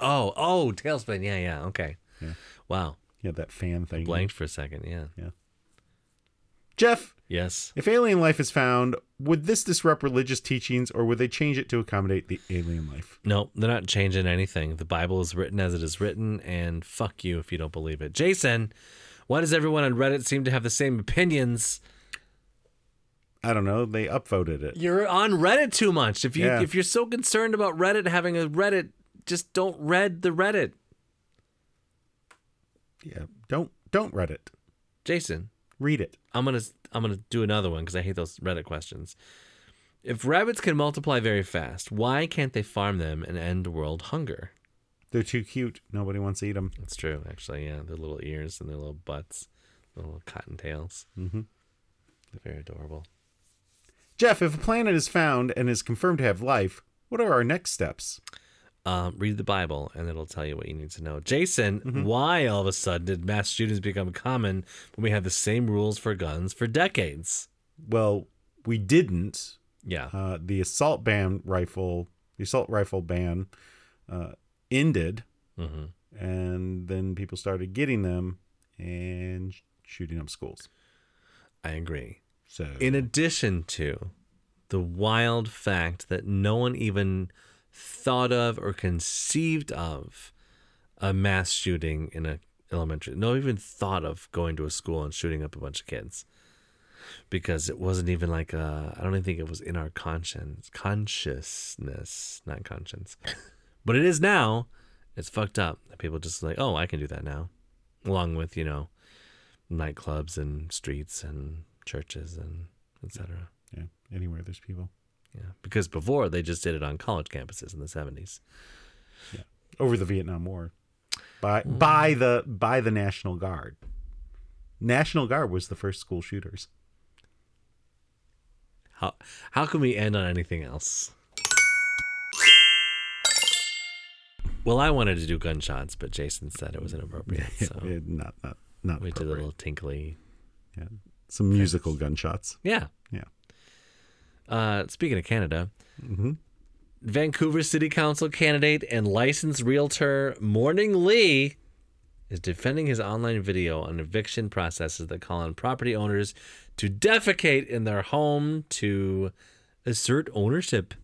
Speaker 2: Oh, oh, tailspin. Yeah, yeah. Okay.
Speaker 1: Yeah. Mm-hmm.
Speaker 2: Wow.
Speaker 1: He had that fan thing.
Speaker 2: Blanked for a second. Yeah.
Speaker 1: Jeff,
Speaker 2: Yes.
Speaker 1: If alien life is found, would this disrupt religious teachings or would they change it to accommodate the alien life?
Speaker 2: No, they're not changing anything. The Bible is written as it is written, and fuck you if you don't believe it. Jason, why does everyone on Reddit seem to have the same opinions?
Speaker 1: I don't know. They upvoted it.
Speaker 2: You're on Reddit too much. If you
Speaker 1: Yeah.
Speaker 2: if you're so concerned about Reddit having a Reddit, just don't read the Reddit.
Speaker 1: Yeah. Don't don't read it.
Speaker 2: Jason,
Speaker 1: Read it.
Speaker 2: I'm gonna I'm gonna do another one because I hate those Reddit questions. If rabbits can multiply very fast, why can't they farm them and end world hunger?
Speaker 1: They're too cute. Nobody wants to eat them.
Speaker 2: That's true, actually. Yeah, their little ears and their little butts, their little cottontails. Mm-hmm. They're very adorable.
Speaker 1: Jeff, if a planet is found and is confirmed to have life, what are our next steps?
Speaker 2: Um, read the Bible, and it'll tell you what you need to know. Jason, why all of a sudden did mass shootings become common when we had the same rules for guns for decades?
Speaker 1: Well, we didn't.
Speaker 2: Yeah,
Speaker 1: Uh, the assault ban rifle, the assault rifle ban, uh, ended, and then people started getting them and sh- shooting up schools.
Speaker 2: I agree.
Speaker 1: So
Speaker 2: in addition to the wild fact that no one even thought of or conceived of a mass shooting in a elementary no one even thought of going to a school and shooting up a bunch of kids because it wasn't even like I i don't even think it was in our conscience consciousness not conscience but it is now it's fucked up people just like oh i can do that now along with you know nightclubs and streets and churches and etc.
Speaker 1: Yeah, anywhere there's people.
Speaker 2: Yeah, because before they just did it on college campuses in the seventies.
Speaker 1: Over the Vietnam War, by by the by the National Guard. National Guard was the first school shooters.
Speaker 2: How how can we end on anything else? Well, I wanted to do gunshots, but Jason said it was inappropriate, so
Speaker 1: Eh, not not not
Speaker 2: we did a
Speaker 1: appropriate.
Speaker 2: little tinkly.
Speaker 1: Yeah. Some musical gunshots.
Speaker 2: Yeah.
Speaker 1: Yeah.
Speaker 2: Uh, speaking of Canada,
Speaker 1: Mm-hmm.
Speaker 2: Vancouver City Council candidate and licensed realtor Morning Lee is defending his online video on eviction processes that call on property owners to defecate in their home to assert ownership.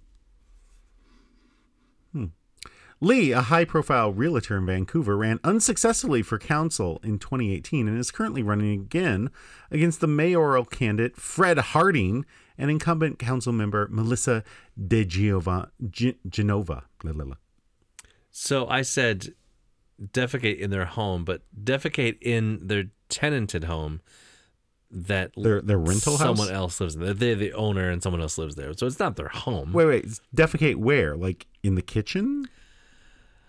Speaker 1: Lee, a high profile realtor in Vancouver, ran unsuccessfully for council in 2018 and is currently running again against the mayoral candidate Fred Harding and incumbent council member Melissa De Giova, G- Genova. La, la, la.
Speaker 2: So I said defecate in their home, but defecate in their tenanted home that
Speaker 1: Their- their rental house?
Speaker 2: someone else lives in. They're- They're the owner and someone else lives there. So it's not their home.
Speaker 1: Wait, wait. Defecate where? Like in the kitchen?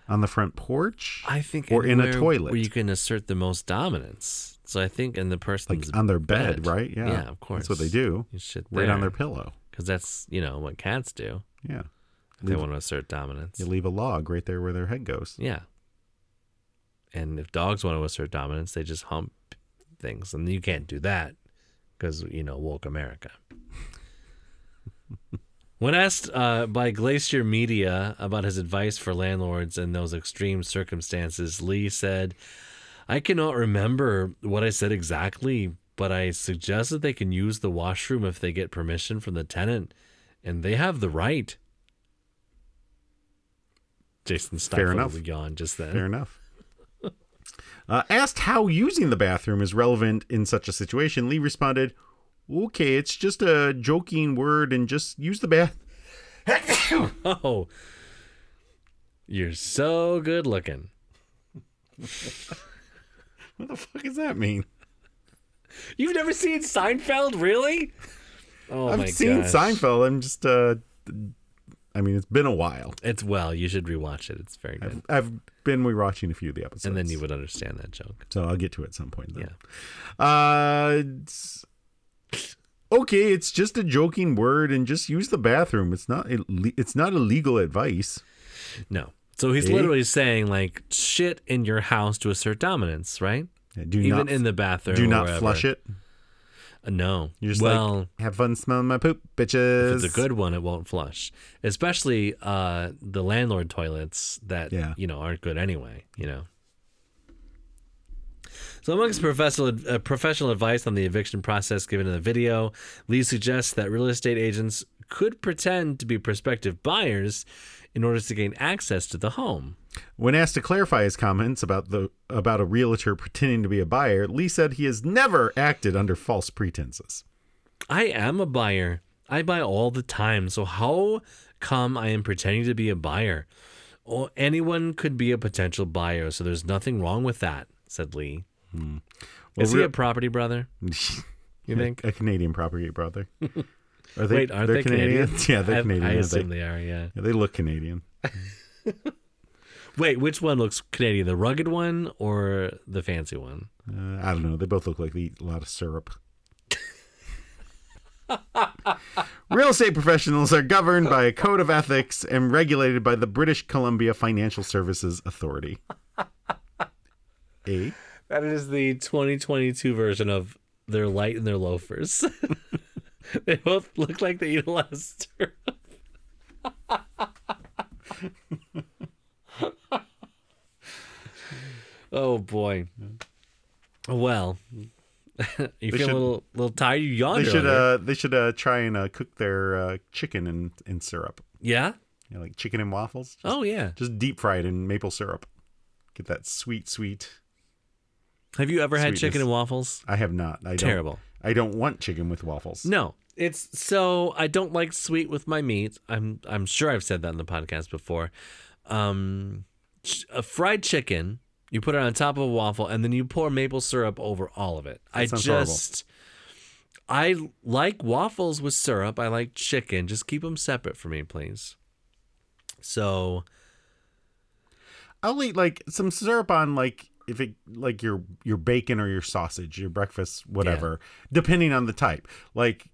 Speaker 1: On the front porch?
Speaker 2: I think
Speaker 1: Or in a
Speaker 2: anywhere
Speaker 1: toilet.
Speaker 2: where you can assert the most dominance. So I think in the person's
Speaker 1: on their bed, right? Yeah.
Speaker 2: Yeah, of course.
Speaker 1: That's what they do.
Speaker 2: You shit
Speaker 1: Right on
Speaker 2: there.
Speaker 1: their pillow.
Speaker 2: because that's you know what cats do.
Speaker 1: Yeah.
Speaker 2: They want to assert dominance.
Speaker 1: You leave a log right there where their head goes.
Speaker 2: Yeah. And if dogs want to assert dominance, they just hump things, and you can't do that because you know woke America. when asked uh, by Glacier Media about his advice for landlords in those extreme circumstances, Lee said, "I cannot remember what I said exactly." But I suggested they can use the washroom if they get permission from the tenant, and they have the right. Jason stifled
Speaker 1: enough.
Speaker 2: a yawn just then.
Speaker 1: Fair enough. Uh, asked how using the bathroom is relevant in such a situation, Lee responded, "Okay, it's just a joking word, and just use the bath."
Speaker 2: Oh, you're so good looking.
Speaker 1: What the fuck does that mean?
Speaker 2: You've never seen Seinfeld, really? Oh my
Speaker 1: I've seen
Speaker 2: gosh.
Speaker 1: Seinfeld. I'm just, uh, I mean, it's been a while.
Speaker 2: It's well, you should rewatch it. It's very good,
Speaker 1: I've been rewatching a few of the episodes,
Speaker 2: and then you would understand that joke.
Speaker 1: So I'll get to it at some point. Then. Uh, it's- okay, it's just a joking word, and just use the bathroom. It's not. Ill- it's not illegal advice.
Speaker 2: No, so he's
Speaker 1: Eh?
Speaker 2: literally saying like shit in your house to assert dominance, right?
Speaker 1: Do
Speaker 2: Even
Speaker 1: not
Speaker 2: in the bathroom.
Speaker 1: do
Speaker 2: or
Speaker 1: not
Speaker 2: wherever.
Speaker 1: flush it.
Speaker 2: Uh, No,
Speaker 1: You're just
Speaker 2: well,
Speaker 1: like have fun smelling my poop,
Speaker 2: if
Speaker 1: bitches.
Speaker 2: it's a good one, it won't flush. Especially uh, the landlord toilets that
Speaker 1: Yeah.
Speaker 2: you know aren't good anyway. You know. So, amongst professional uh, professional advice on the eviction process given in the video, Lee suggests that real estate agents could pretend to be prospective buyers in order to gain access to the home.
Speaker 1: When asked to clarify his comments about the about a realtor pretending to be a buyer, Lee said he has never acted under false pretenses.
Speaker 2: I am a buyer. I buy all the time. So how come I am pretending to be a buyer? Or anyone could be a potential buyer, so there's nothing wrong with that," said Lee. Is
Speaker 1: Hmm. Well,
Speaker 2: he
Speaker 1: re-
Speaker 2: a property brother? You think?
Speaker 1: a Canadian property brother? Are
Speaker 2: Wait, aren't
Speaker 1: they're
Speaker 2: they Canadian?
Speaker 1: yeah, they're
Speaker 2: I-
Speaker 1: Canadian.
Speaker 2: I
Speaker 1: aren't
Speaker 2: assume
Speaker 1: they?
Speaker 2: they are. Yeah.
Speaker 1: Yeah, they look Canadian.
Speaker 2: Wait, which one looks Canadian? The rugged one or the fancy one?
Speaker 1: Uh, I don't know. They both look like they eat a lot of syrup. Real estate professionals are governed by a code of ethics and regulated by the British Columbia Financial Services Authority. Eh? A.
Speaker 2: That is the 2022 version of their light and their loafers. they both look like they eat a lot of syrup. oh boy. Well, you feel
Speaker 1: should-
Speaker 2: a little little tired. You
Speaker 1: They
Speaker 2: yawned.
Speaker 1: should
Speaker 2: earlier.
Speaker 1: uh, they should uh, try and uh, cook their uh, chicken in, in syrup,
Speaker 2: yeah.
Speaker 1: you know, like chicken and waffles. Just,
Speaker 2: Oh yeah.
Speaker 1: just deep fried in maple syrup. Get that sweet, sweet.
Speaker 2: Have you ever had
Speaker 1: Sweetness.
Speaker 2: chicken and waffles?
Speaker 1: I have not. I
Speaker 2: Terrible.
Speaker 1: Don't, I don't want chicken with waffles.
Speaker 2: No, it's so I don't like sweet with my meat. I'm I'm sure I've said that in the podcast before. Um, ch- a fried chicken, you put it on top of a waffle, and then you pour maple syrup over all of it. I
Speaker 1: sounds horrible.
Speaker 2: just I like waffles with syrup. I like chicken. Just keep them separate for me, please. So
Speaker 1: I'll eat like some syrup on like if it like your your bacon or your sausage, your breakfast, whatever, depending on the type. Like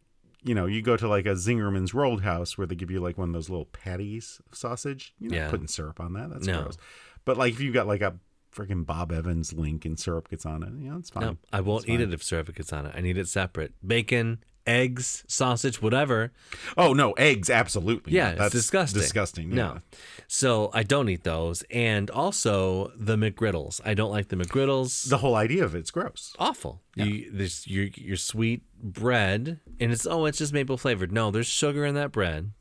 Speaker 1: you know, you go to like a Zingerman's Rolled House where they give you like one of those little patties of sausage. You're not
Speaker 2: Yeah.
Speaker 1: putting syrup on that. That's
Speaker 2: No.
Speaker 1: gross. But like if you got like a freaking Bob Evans link and syrup gets on it, you know, it's fine.
Speaker 2: no, I won't eat it if syrup gets on it. I need it separate. Bacon, eggs, sausage, whatever.
Speaker 1: Oh no, eggs absolutely.
Speaker 2: Yeah,
Speaker 1: not.
Speaker 2: it's disgusting.
Speaker 1: Disgusting. Yeah.
Speaker 2: No. So I don't eat those. And also the McGriddles. I don't like the McGriddles.
Speaker 1: The whole idea of it's gross.
Speaker 2: Awful. You this your your sweet bread and it's oh it's just maple flavored. No, there's sugar in that bread.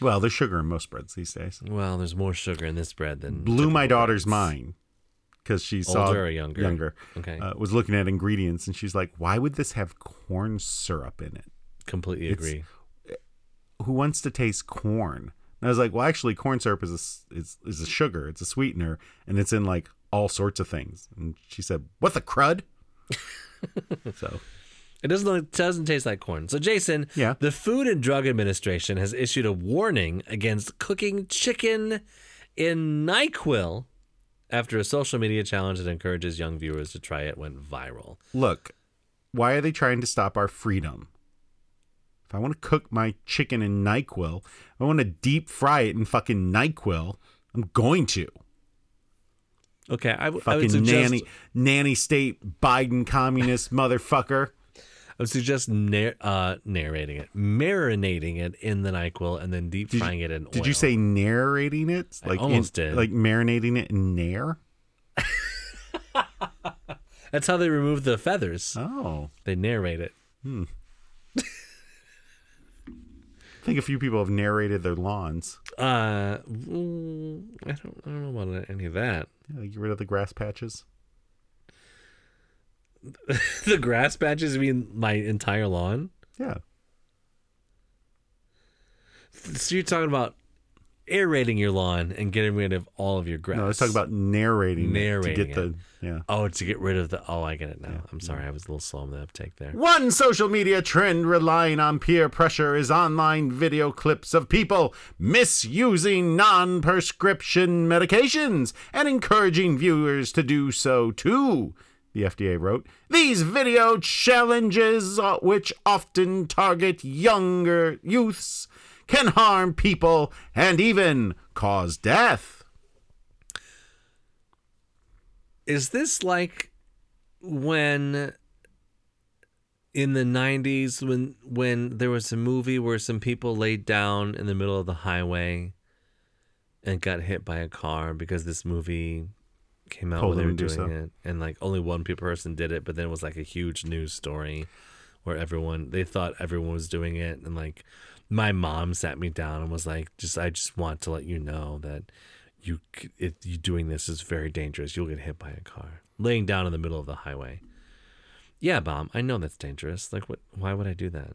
Speaker 1: Well, there's sugar in most breads these days.
Speaker 2: Well, there's more sugar in this bread than
Speaker 1: Blew my daughter's mind because she saw
Speaker 2: Older or younger?
Speaker 1: Younger.
Speaker 2: Okay.
Speaker 1: Uh, was looking at ingredients and she's like, "Why would this have corn syrup in it?
Speaker 2: completely
Speaker 1: It's-
Speaker 2: agree.
Speaker 1: Who wants to taste corn?" And I was like, "Well, actually, corn syrup is a s- is is a sugar. It's a sweetener, and it's in like all sorts of things." And she said, "What the crud?" so
Speaker 2: It doesn't look, doesn't taste like corn. So Jason,
Speaker 1: Yeah.
Speaker 2: the Food and Drug Administration has issued a warning against cooking chicken in NyQuil after a social media challenge that encourages young viewers to try it went viral.
Speaker 1: look, why are they trying to stop our freedom? If I want to cook my chicken in NyQuil, I want to deep fry it in fucking NyQuil. I'm going to
Speaker 2: Okay, I, w- I
Speaker 1: fucking
Speaker 2: would suggest
Speaker 1: nanny nanny state Biden communist motherfucker.
Speaker 2: I would suggest nar- uh, narrating it, marinating it in the Nyquil, and then deep
Speaker 1: Did you-
Speaker 2: frying it in oil.
Speaker 1: Did you say narrating it?
Speaker 2: I almost
Speaker 1: in-
Speaker 2: did.
Speaker 1: Like marinating it in nair?
Speaker 2: that's how they remove the feathers?
Speaker 1: Oh,
Speaker 2: They narrate it.
Speaker 1: I think a few people have narrated their lawns.
Speaker 2: Uh, mm, I don't, I don't know about any of that.
Speaker 1: Yeah, get rid of the grass patches.
Speaker 2: the grass patches mean my entire lawn.
Speaker 1: Yeah,
Speaker 2: So you're talking about aerating your lawn and getting rid of all of your grass.
Speaker 1: no, let's talk about narrating. it to
Speaker 2: Narrating
Speaker 1: get the yeah.
Speaker 2: Oh, to get rid of the. Oh, I get it now. I'm sorry, I was a little slow on the uptake there.
Speaker 1: One social media trend relying on peer pressure is online video clips of people misusing non prescription medications and encouraging viewers to do so too. The FDA wrote These video challenges, uh, which often target younger youths, can harm people and even cause death.
Speaker 2: Is this like when in the 90s when when there was a movie where some people laid down in the middle of the highway and got hit by a car because this movie came out
Speaker 1: Told
Speaker 2: when they were
Speaker 1: them to
Speaker 2: doing
Speaker 1: do so.
Speaker 2: it and like only one pe- person did it but then it was like a huge news story where everyone they thought everyone was doing it and like my mom sat me down and was like just I just want to let you know that you c- if you doing this is very dangerous you'll get hit by a car laying down in the middle of the highway yeah, Bob, I know that's dangerous. Like, what? Why would I do that?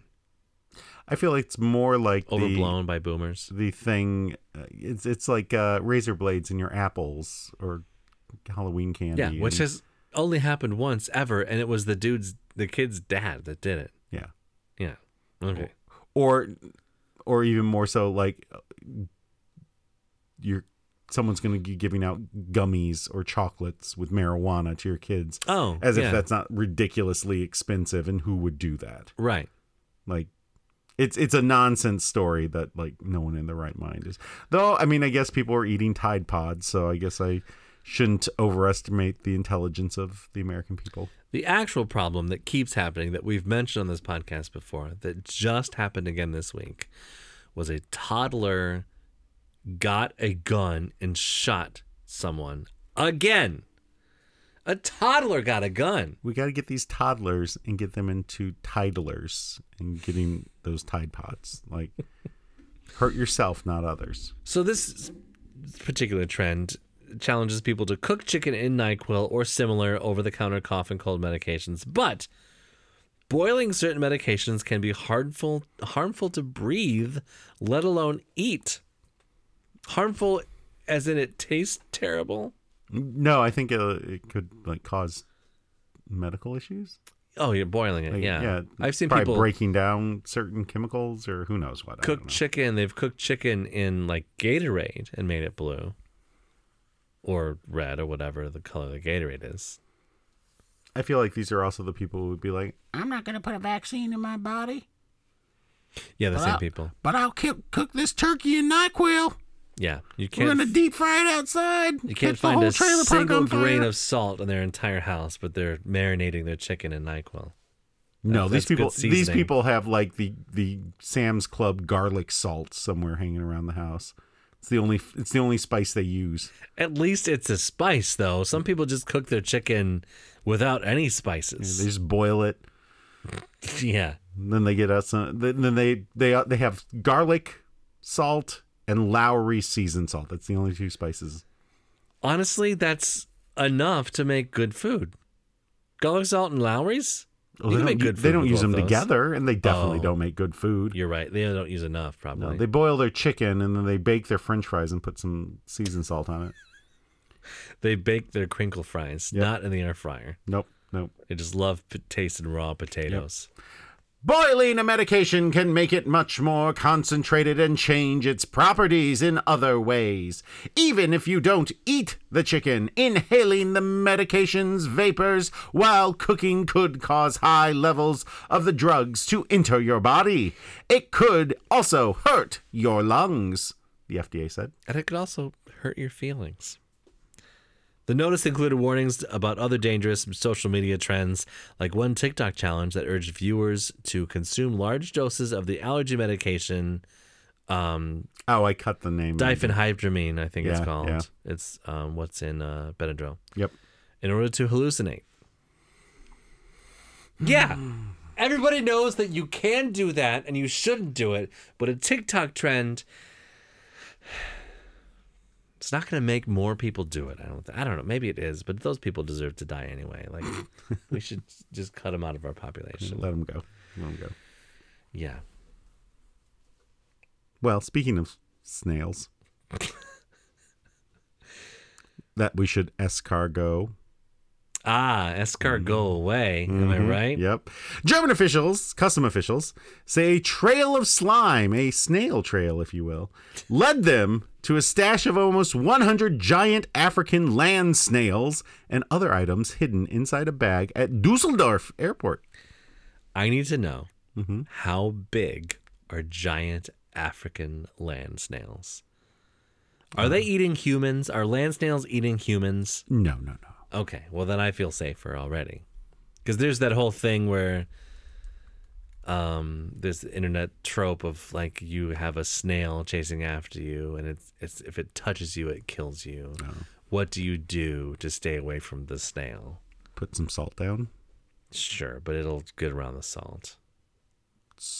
Speaker 1: I feel like it's more like the-
Speaker 2: Overblown by boomers.
Speaker 1: the thing uh, it's it's like uh, razor blades in your apples or Halloween candy.
Speaker 2: Yeah, which
Speaker 1: and-
Speaker 2: has only happened once ever, and it was the dude's, the kid's dad that did it.
Speaker 1: yeah,
Speaker 2: Yeah. Okay.
Speaker 1: or or even more so like uh, you're someone's going to be giving out gummies or chocolates with marijuana to your kids
Speaker 2: Oh,
Speaker 1: as
Speaker 2: yeah.
Speaker 1: if that's not ridiculously expensive and who would do that
Speaker 2: Right.
Speaker 1: like it's it's a nonsense story that like no one in their right mind is though i mean i guess people are eating tide pods so i guess i shouldn't overestimate the intelligence of the american people
Speaker 2: The actual problem that keeps happening that we've mentioned on this podcast before that just happened again this week was a toddler got a gun and shot someone again. A toddler got a gun.
Speaker 1: we got to get these toddlers and get them into tidlers and getting those tide pods like hurt yourself not others
Speaker 2: So this particular trend challenges people to cook chicken in NyQuil or similar over-the-counter cough and cold medications, but boiling certain medications can be harmful harmful to breathe, let alone eat. Harmful as in it tastes terrible.
Speaker 1: no i think it, it could like cause medical issues
Speaker 2: Oh, you're boiling it.
Speaker 1: Like,
Speaker 2: yeah. I've seen
Speaker 1: probably
Speaker 2: people
Speaker 1: breaking down certain chemicals or who knows what I don't
Speaker 2: cook
Speaker 1: know.
Speaker 2: chicken. They've cooked chicken in like Gatorade and made it blue or red or whatever the color the Gatorade is.
Speaker 1: I feel like these are also the people who would be like,
Speaker 4: I'm not going to put a vaccine in my body,
Speaker 2: Yeah, the
Speaker 4: Well,
Speaker 2: same
Speaker 4: I-
Speaker 2: people.
Speaker 4: but I'll ki- cook this turkey in NyQuil.
Speaker 2: Yeah, you
Speaker 4: We're
Speaker 2: can't.
Speaker 4: going to deep fry it outside.
Speaker 2: you can't
Speaker 4: Catch the
Speaker 2: find
Speaker 4: whole
Speaker 2: a
Speaker 4: trailer park
Speaker 2: single
Speaker 4: on fire.
Speaker 2: grain of salt in their entire house, but they're marinating their chicken in Nyquil.
Speaker 1: "No,
Speaker 2: That's-
Speaker 1: these
Speaker 2: that's good
Speaker 1: people, these
Speaker 2: seasoning.
Speaker 1: people have like the the Sam's Club garlic salt somewhere hanging around the house. It's the only it's the only spice they use.
Speaker 2: At least it's a spice, though. Some people just cook their chicken without any
Speaker 1: They
Speaker 2: spices.
Speaker 1: just boil it,
Speaker 2: Yeah,
Speaker 1: and then they get out some. Then then they they they have garlic salt, and Lowry seasoned salt. That's the only two spices.
Speaker 2: Honestly, that's enough to make good food. Garlic salt and Lowry's?
Speaker 1: Oh, they
Speaker 2: You can
Speaker 1: don't,
Speaker 2: make
Speaker 1: u-
Speaker 2: good
Speaker 1: they
Speaker 2: food
Speaker 1: don't
Speaker 2: with
Speaker 1: use them
Speaker 2: both those.
Speaker 1: together, and they definitely
Speaker 2: Oh.
Speaker 1: don't make good food.
Speaker 2: You're right. They don't use enough, probably.
Speaker 1: No, they boil their chicken and then they bake their French fries and put some seasoned salt on it.
Speaker 2: They bake their crinkle fries, not in the air fryer.
Speaker 1: Nope, nope.
Speaker 2: They just love p- tasting raw potatoes.
Speaker 1: Boiling a medication can make it much more concentrated and change its properties in other ways. Even if you don't eat the chicken, inhaling the medication's vapors while cooking could cause high levels of the drugs to enter your body. It could also hurt your lungs, the FDA said.
Speaker 2: And it could also hurt your feelings. The notice included warnings about other dangerous social media trends, like one TikTok challenge that urged viewers to consume large doses of the allergy medication
Speaker 1: Oh, I cut the name.
Speaker 2: diphenhydramine, I think
Speaker 1: Yeah,
Speaker 2: it's called.
Speaker 1: yeah.
Speaker 2: It's um, what's in uh, Benadryl.
Speaker 1: Yep.
Speaker 2: in order to hallucinate. Yeah. Everybody knows that you can do that and you shouldn't do it, but a TikTok trend it's not going to make more people do it. I don't th- I don't know, maybe it is, but those people deserve to die anyway. Like we should just cut them out of our population.
Speaker 1: Let him go. Let him go.
Speaker 2: Yeah.
Speaker 1: Well, speaking of snails, that we should escargot.
Speaker 2: Ah, escargot away. Am I right?
Speaker 1: Yep. German officials, custom officials, say a trail of slime, a snail trail, if you will, led them to a stash of almost 100 giant African land snails and other items hidden inside a bag at Dusseldorf Airport.
Speaker 2: I need to know how big are giant African land snails? Are they eating humans? Are land snails eating humans?
Speaker 1: No, no, no.
Speaker 2: Okay, well then I feel safer already. Because there's that whole thing where um there's the internet trope of like you have a snail chasing after you and it's it's if it touches you it kills you. What do you do to stay away from the snail?
Speaker 1: Put some salt down,
Speaker 2: Sure, but it'll get around the salt.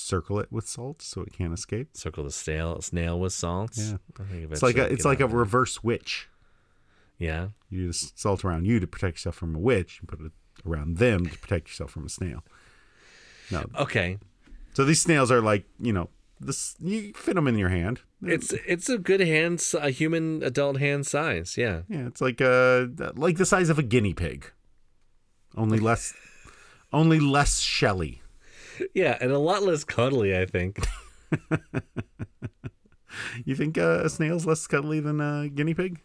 Speaker 1: circle it with salt so it can't escape.
Speaker 2: circle the snail snail with salt.
Speaker 1: Yeah.
Speaker 2: I think
Speaker 1: It's like a,
Speaker 2: eventually
Speaker 1: it's
Speaker 2: I'll
Speaker 1: like
Speaker 2: get
Speaker 1: a
Speaker 2: on that.
Speaker 1: reverse witch.
Speaker 2: yeah.
Speaker 1: You just salt around you to protect yourself from a witch, and put it around them to protect yourself from a snail. No,
Speaker 2: Okay,
Speaker 1: so these snails are like you know this. You fit them in your hand.
Speaker 2: it's it's a good hand, s- a human adult hand size. Yeah,
Speaker 1: Yeah, it's like uh like the size of a guinea pig, only less, only less shelly.
Speaker 2: yeah, and a lot less cuddly, I think.
Speaker 1: You think uh, a snail's less scuttly than a guinea pig?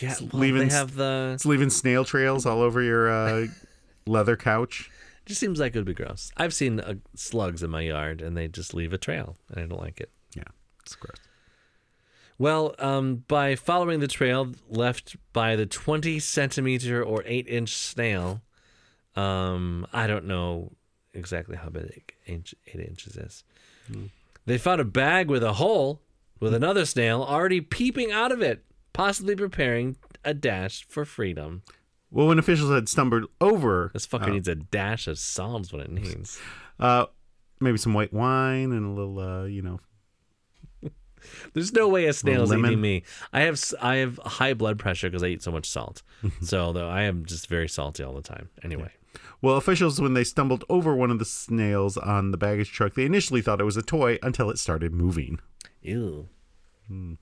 Speaker 2: Yeah, well,
Speaker 1: leaving
Speaker 2: they
Speaker 1: s-
Speaker 2: have the.
Speaker 1: It's leaving snail trails all over your uh, leather couch.
Speaker 2: Just seems like it would be gross. I've seen uh, slugs in my yard, and they just leave a trail, and I don't like it.
Speaker 1: Yeah, it's gross.
Speaker 2: Well, um, by following the trail left by the 20 centimeter or 8 inch snail, um, I don't know exactly how big inch, 8 inches is. They found a bag with a hole with another snail already peeping out of it, possibly preparing a dash for freedom.
Speaker 1: Well, when officials had stumbled over
Speaker 2: This fucker needs a dash of Psalms, what it needs.
Speaker 1: Uh, maybe some white wine and a little, uh, you know,
Speaker 2: There's no way a snail's
Speaker 1: lemon.
Speaker 2: eating me. I have s- I have high blood pressure because I eat so much salt. so though I am just very salty all the time. Anyway.
Speaker 1: Well, officials, when they stumbled over one of the snails on the baggage truck, they initially thought it was a toy until it started moving.
Speaker 2: Ew. In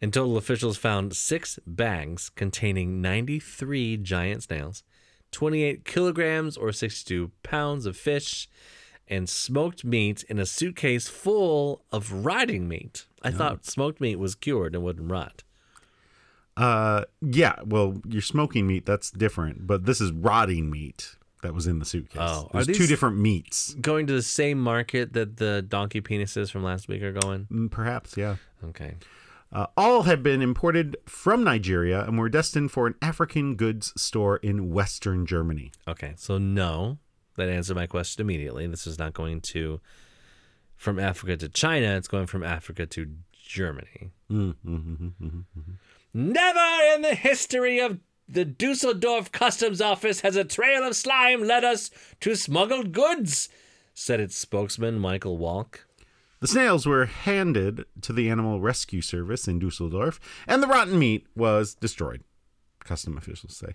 Speaker 2: total, officials found six bags containing 93 giant snails, 28 kilograms or 62 pounds of fish, and smoked meat in a suitcase full of rotting meat. I thought smoked meat was cured and wouldn't rot.
Speaker 1: Uh, yeah, well, you're smoking meat, that's different, but this is rotting meat that was in the suitcase.
Speaker 2: Oh, are
Speaker 1: There's two
Speaker 2: these-
Speaker 1: different meats.
Speaker 2: Going to the same market that the donkey penises from last week are going?
Speaker 1: Mm, Perhaps, yeah.
Speaker 2: Okay.
Speaker 1: Uh, all had been imported from Nigeria and were destined for an African goods store in Western Germany.
Speaker 2: Okay, so no, that answered my question immediately. This is not going to from Africa to China. It's going from Africa to Germany. mm-hmm, Never in the history of the Dusseldorf Customs Office has a trail of slime led us to smuggled goods, said its spokesman Michael Walk.
Speaker 1: The snails were handed to the Animal Rescue Service in Dusseldorf, and the rotten meat was destroyed, custom officials say.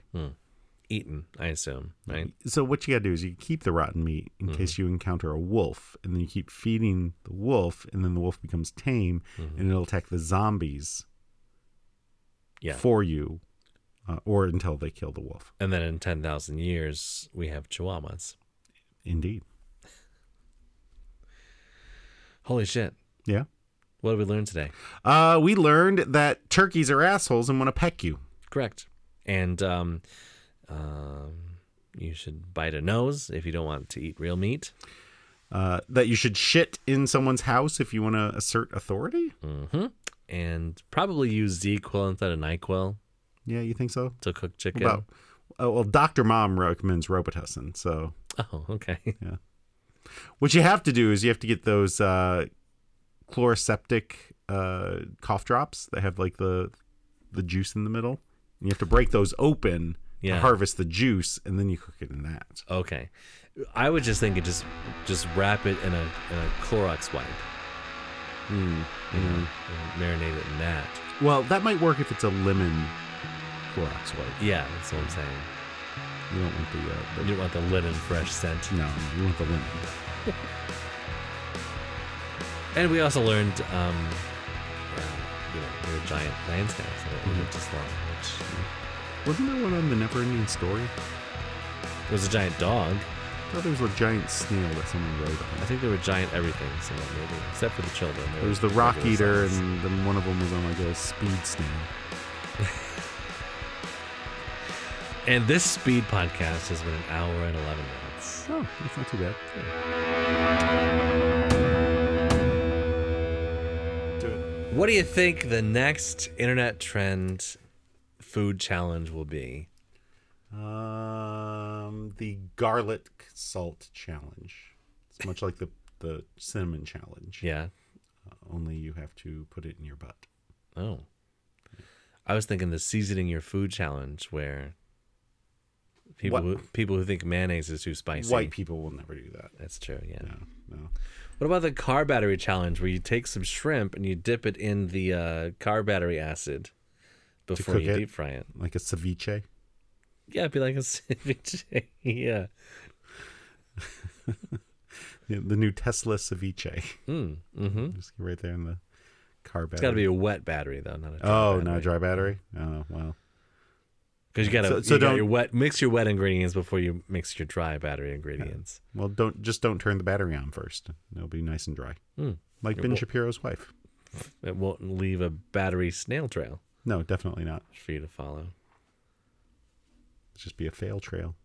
Speaker 2: Eaten, I assume, right?
Speaker 1: So, what you gotta do is you keep the rotten meat in case you encounter a wolf, and then you keep feeding the wolf, and then the wolf becomes tame and it'll attack the zombies
Speaker 2: Yeah.
Speaker 1: for you uh, or until they kill the wolf.
Speaker 2: And then in 10,000 years, we have chihuahuas.
Speaker 1: Indeed.
Speaker 2: Holy shit.
Speaker 1: Yeah.
Speaker 2: What did we learn today?
Speaker 1: Uh, we learned that turkeys are assholes and want to peck you.
Speaker 2: Correct. And um, um, you should bite a nose if you don't want to eat real meat.
Speaker 1: Uh, that you should shit in someone's house if you want to assert authority.
Speaker 2: And probably use ZQL instead of NyQuil
Speaker 1: Yeah, you think so?
Speaker 2: to cook chicken.
Speaker 1: About oh, well, Doctor Mom recommends Robitussin. So
Speaker 2: Oh, okay.
Speaker 1: what you have to do is you have to get those uh, chloroseptic uh, cough drops that have like the the juice in the middle. And you have to break those open
Speaker 2: Yeah.
Speaker 1: to harvest the juice, and then you cook it in that.
Speaker 2: Okay. I would just think it just just wrap it in a, in a Clorox wipe. Hmm, You know, and marinate it in that.
Speaker 1: Well, that might work if it's a lemon Clorox wipe.
Speaker 2: Yeah, that's what I'm saying.
Speaker 1: You don't want the, uh, the
Speaker 2: You don't want the linen fresh scent.
Speaker 1: No, you want the lemon.
Speaker 2: And we also learned, um, uh, you know, there were giant land snails that lived just long, which
Speaker 1: Wasn't there one on the Neverending Story?
Speaker 2: was a giant dog.
Speaker 1: I thought there was a giant snail that someone rode
Speaker 2: I
Speaker 1: on.
Speaker 2: think there were giant everythings in that movie, except for the children. They
Speaker 1: There was
Speaker 2: were
Speaker 1: the Rock
Speaker 2: regular
Speaker 1: Eater,
Speaker 2: size.
Speaker 1: and then one of them was on like a speed snail.
Speaker 2: And this speed podcast has been an hour and 11 minutes.
Speaker 1: Oh, that's not too bad.
Speaker 2: What do you think the next internet trend food challenge will be?
Speaker 1: Um, the garlic salt challenge. It's much like the the cinnamon challenge.
Speaker 2: Yeah.
Speaker 1: Only you have to put it in your butt.
Speaker 2: Oh. I was thinking the seasoning your food challenge where people
Speaker 1: What-
Speaker 2: who, people who think mayonnaise is too spicy.
Speaker 1: White people will never do that.
Speaker 2: That's true, yeah.
Speaker 1: No, no.
Speaker 2: What about the car battery challenge where you take some shrimp and you dip it in the uh, car battery acid before
Speaker 1: cook
Speaker 2: you
Speaker 1: it?
Speaker 2: deep fry it?
Speaker 1: Like a ceviche.
Speaker 2: Yeah, it'd be like a ceviche. yeah.
Speaker 1: Yeah, The new Tesla ceviche.
Speaker 2: Mm, hmm
Speaker 1: Just right there in the car battery.
Speaker 2: It's got to be a wet battery though, not a dry
Speaker 1: Oh,
Speaker 2: battery.
Speaker 1: not a dry battery. Oh, well.
Speaker 2: Because you gotta
Speaker 1: So- so
Speaker 2: you got
Speaker 1: don't-
Speaker 2: your wet mix your wet ingredients before you mix your dry battery ingredients.
Speaker 1: Well, don't just don't turn the battery on first. It'll be nice and dry. Like Ben Shapiro's wife.
Speaker 2: It won't leave a battery snail trail
Speaker 1: No, definitely not.
Speaker 2: for you to follow.
Speaker 1: It'll just be a fail trail.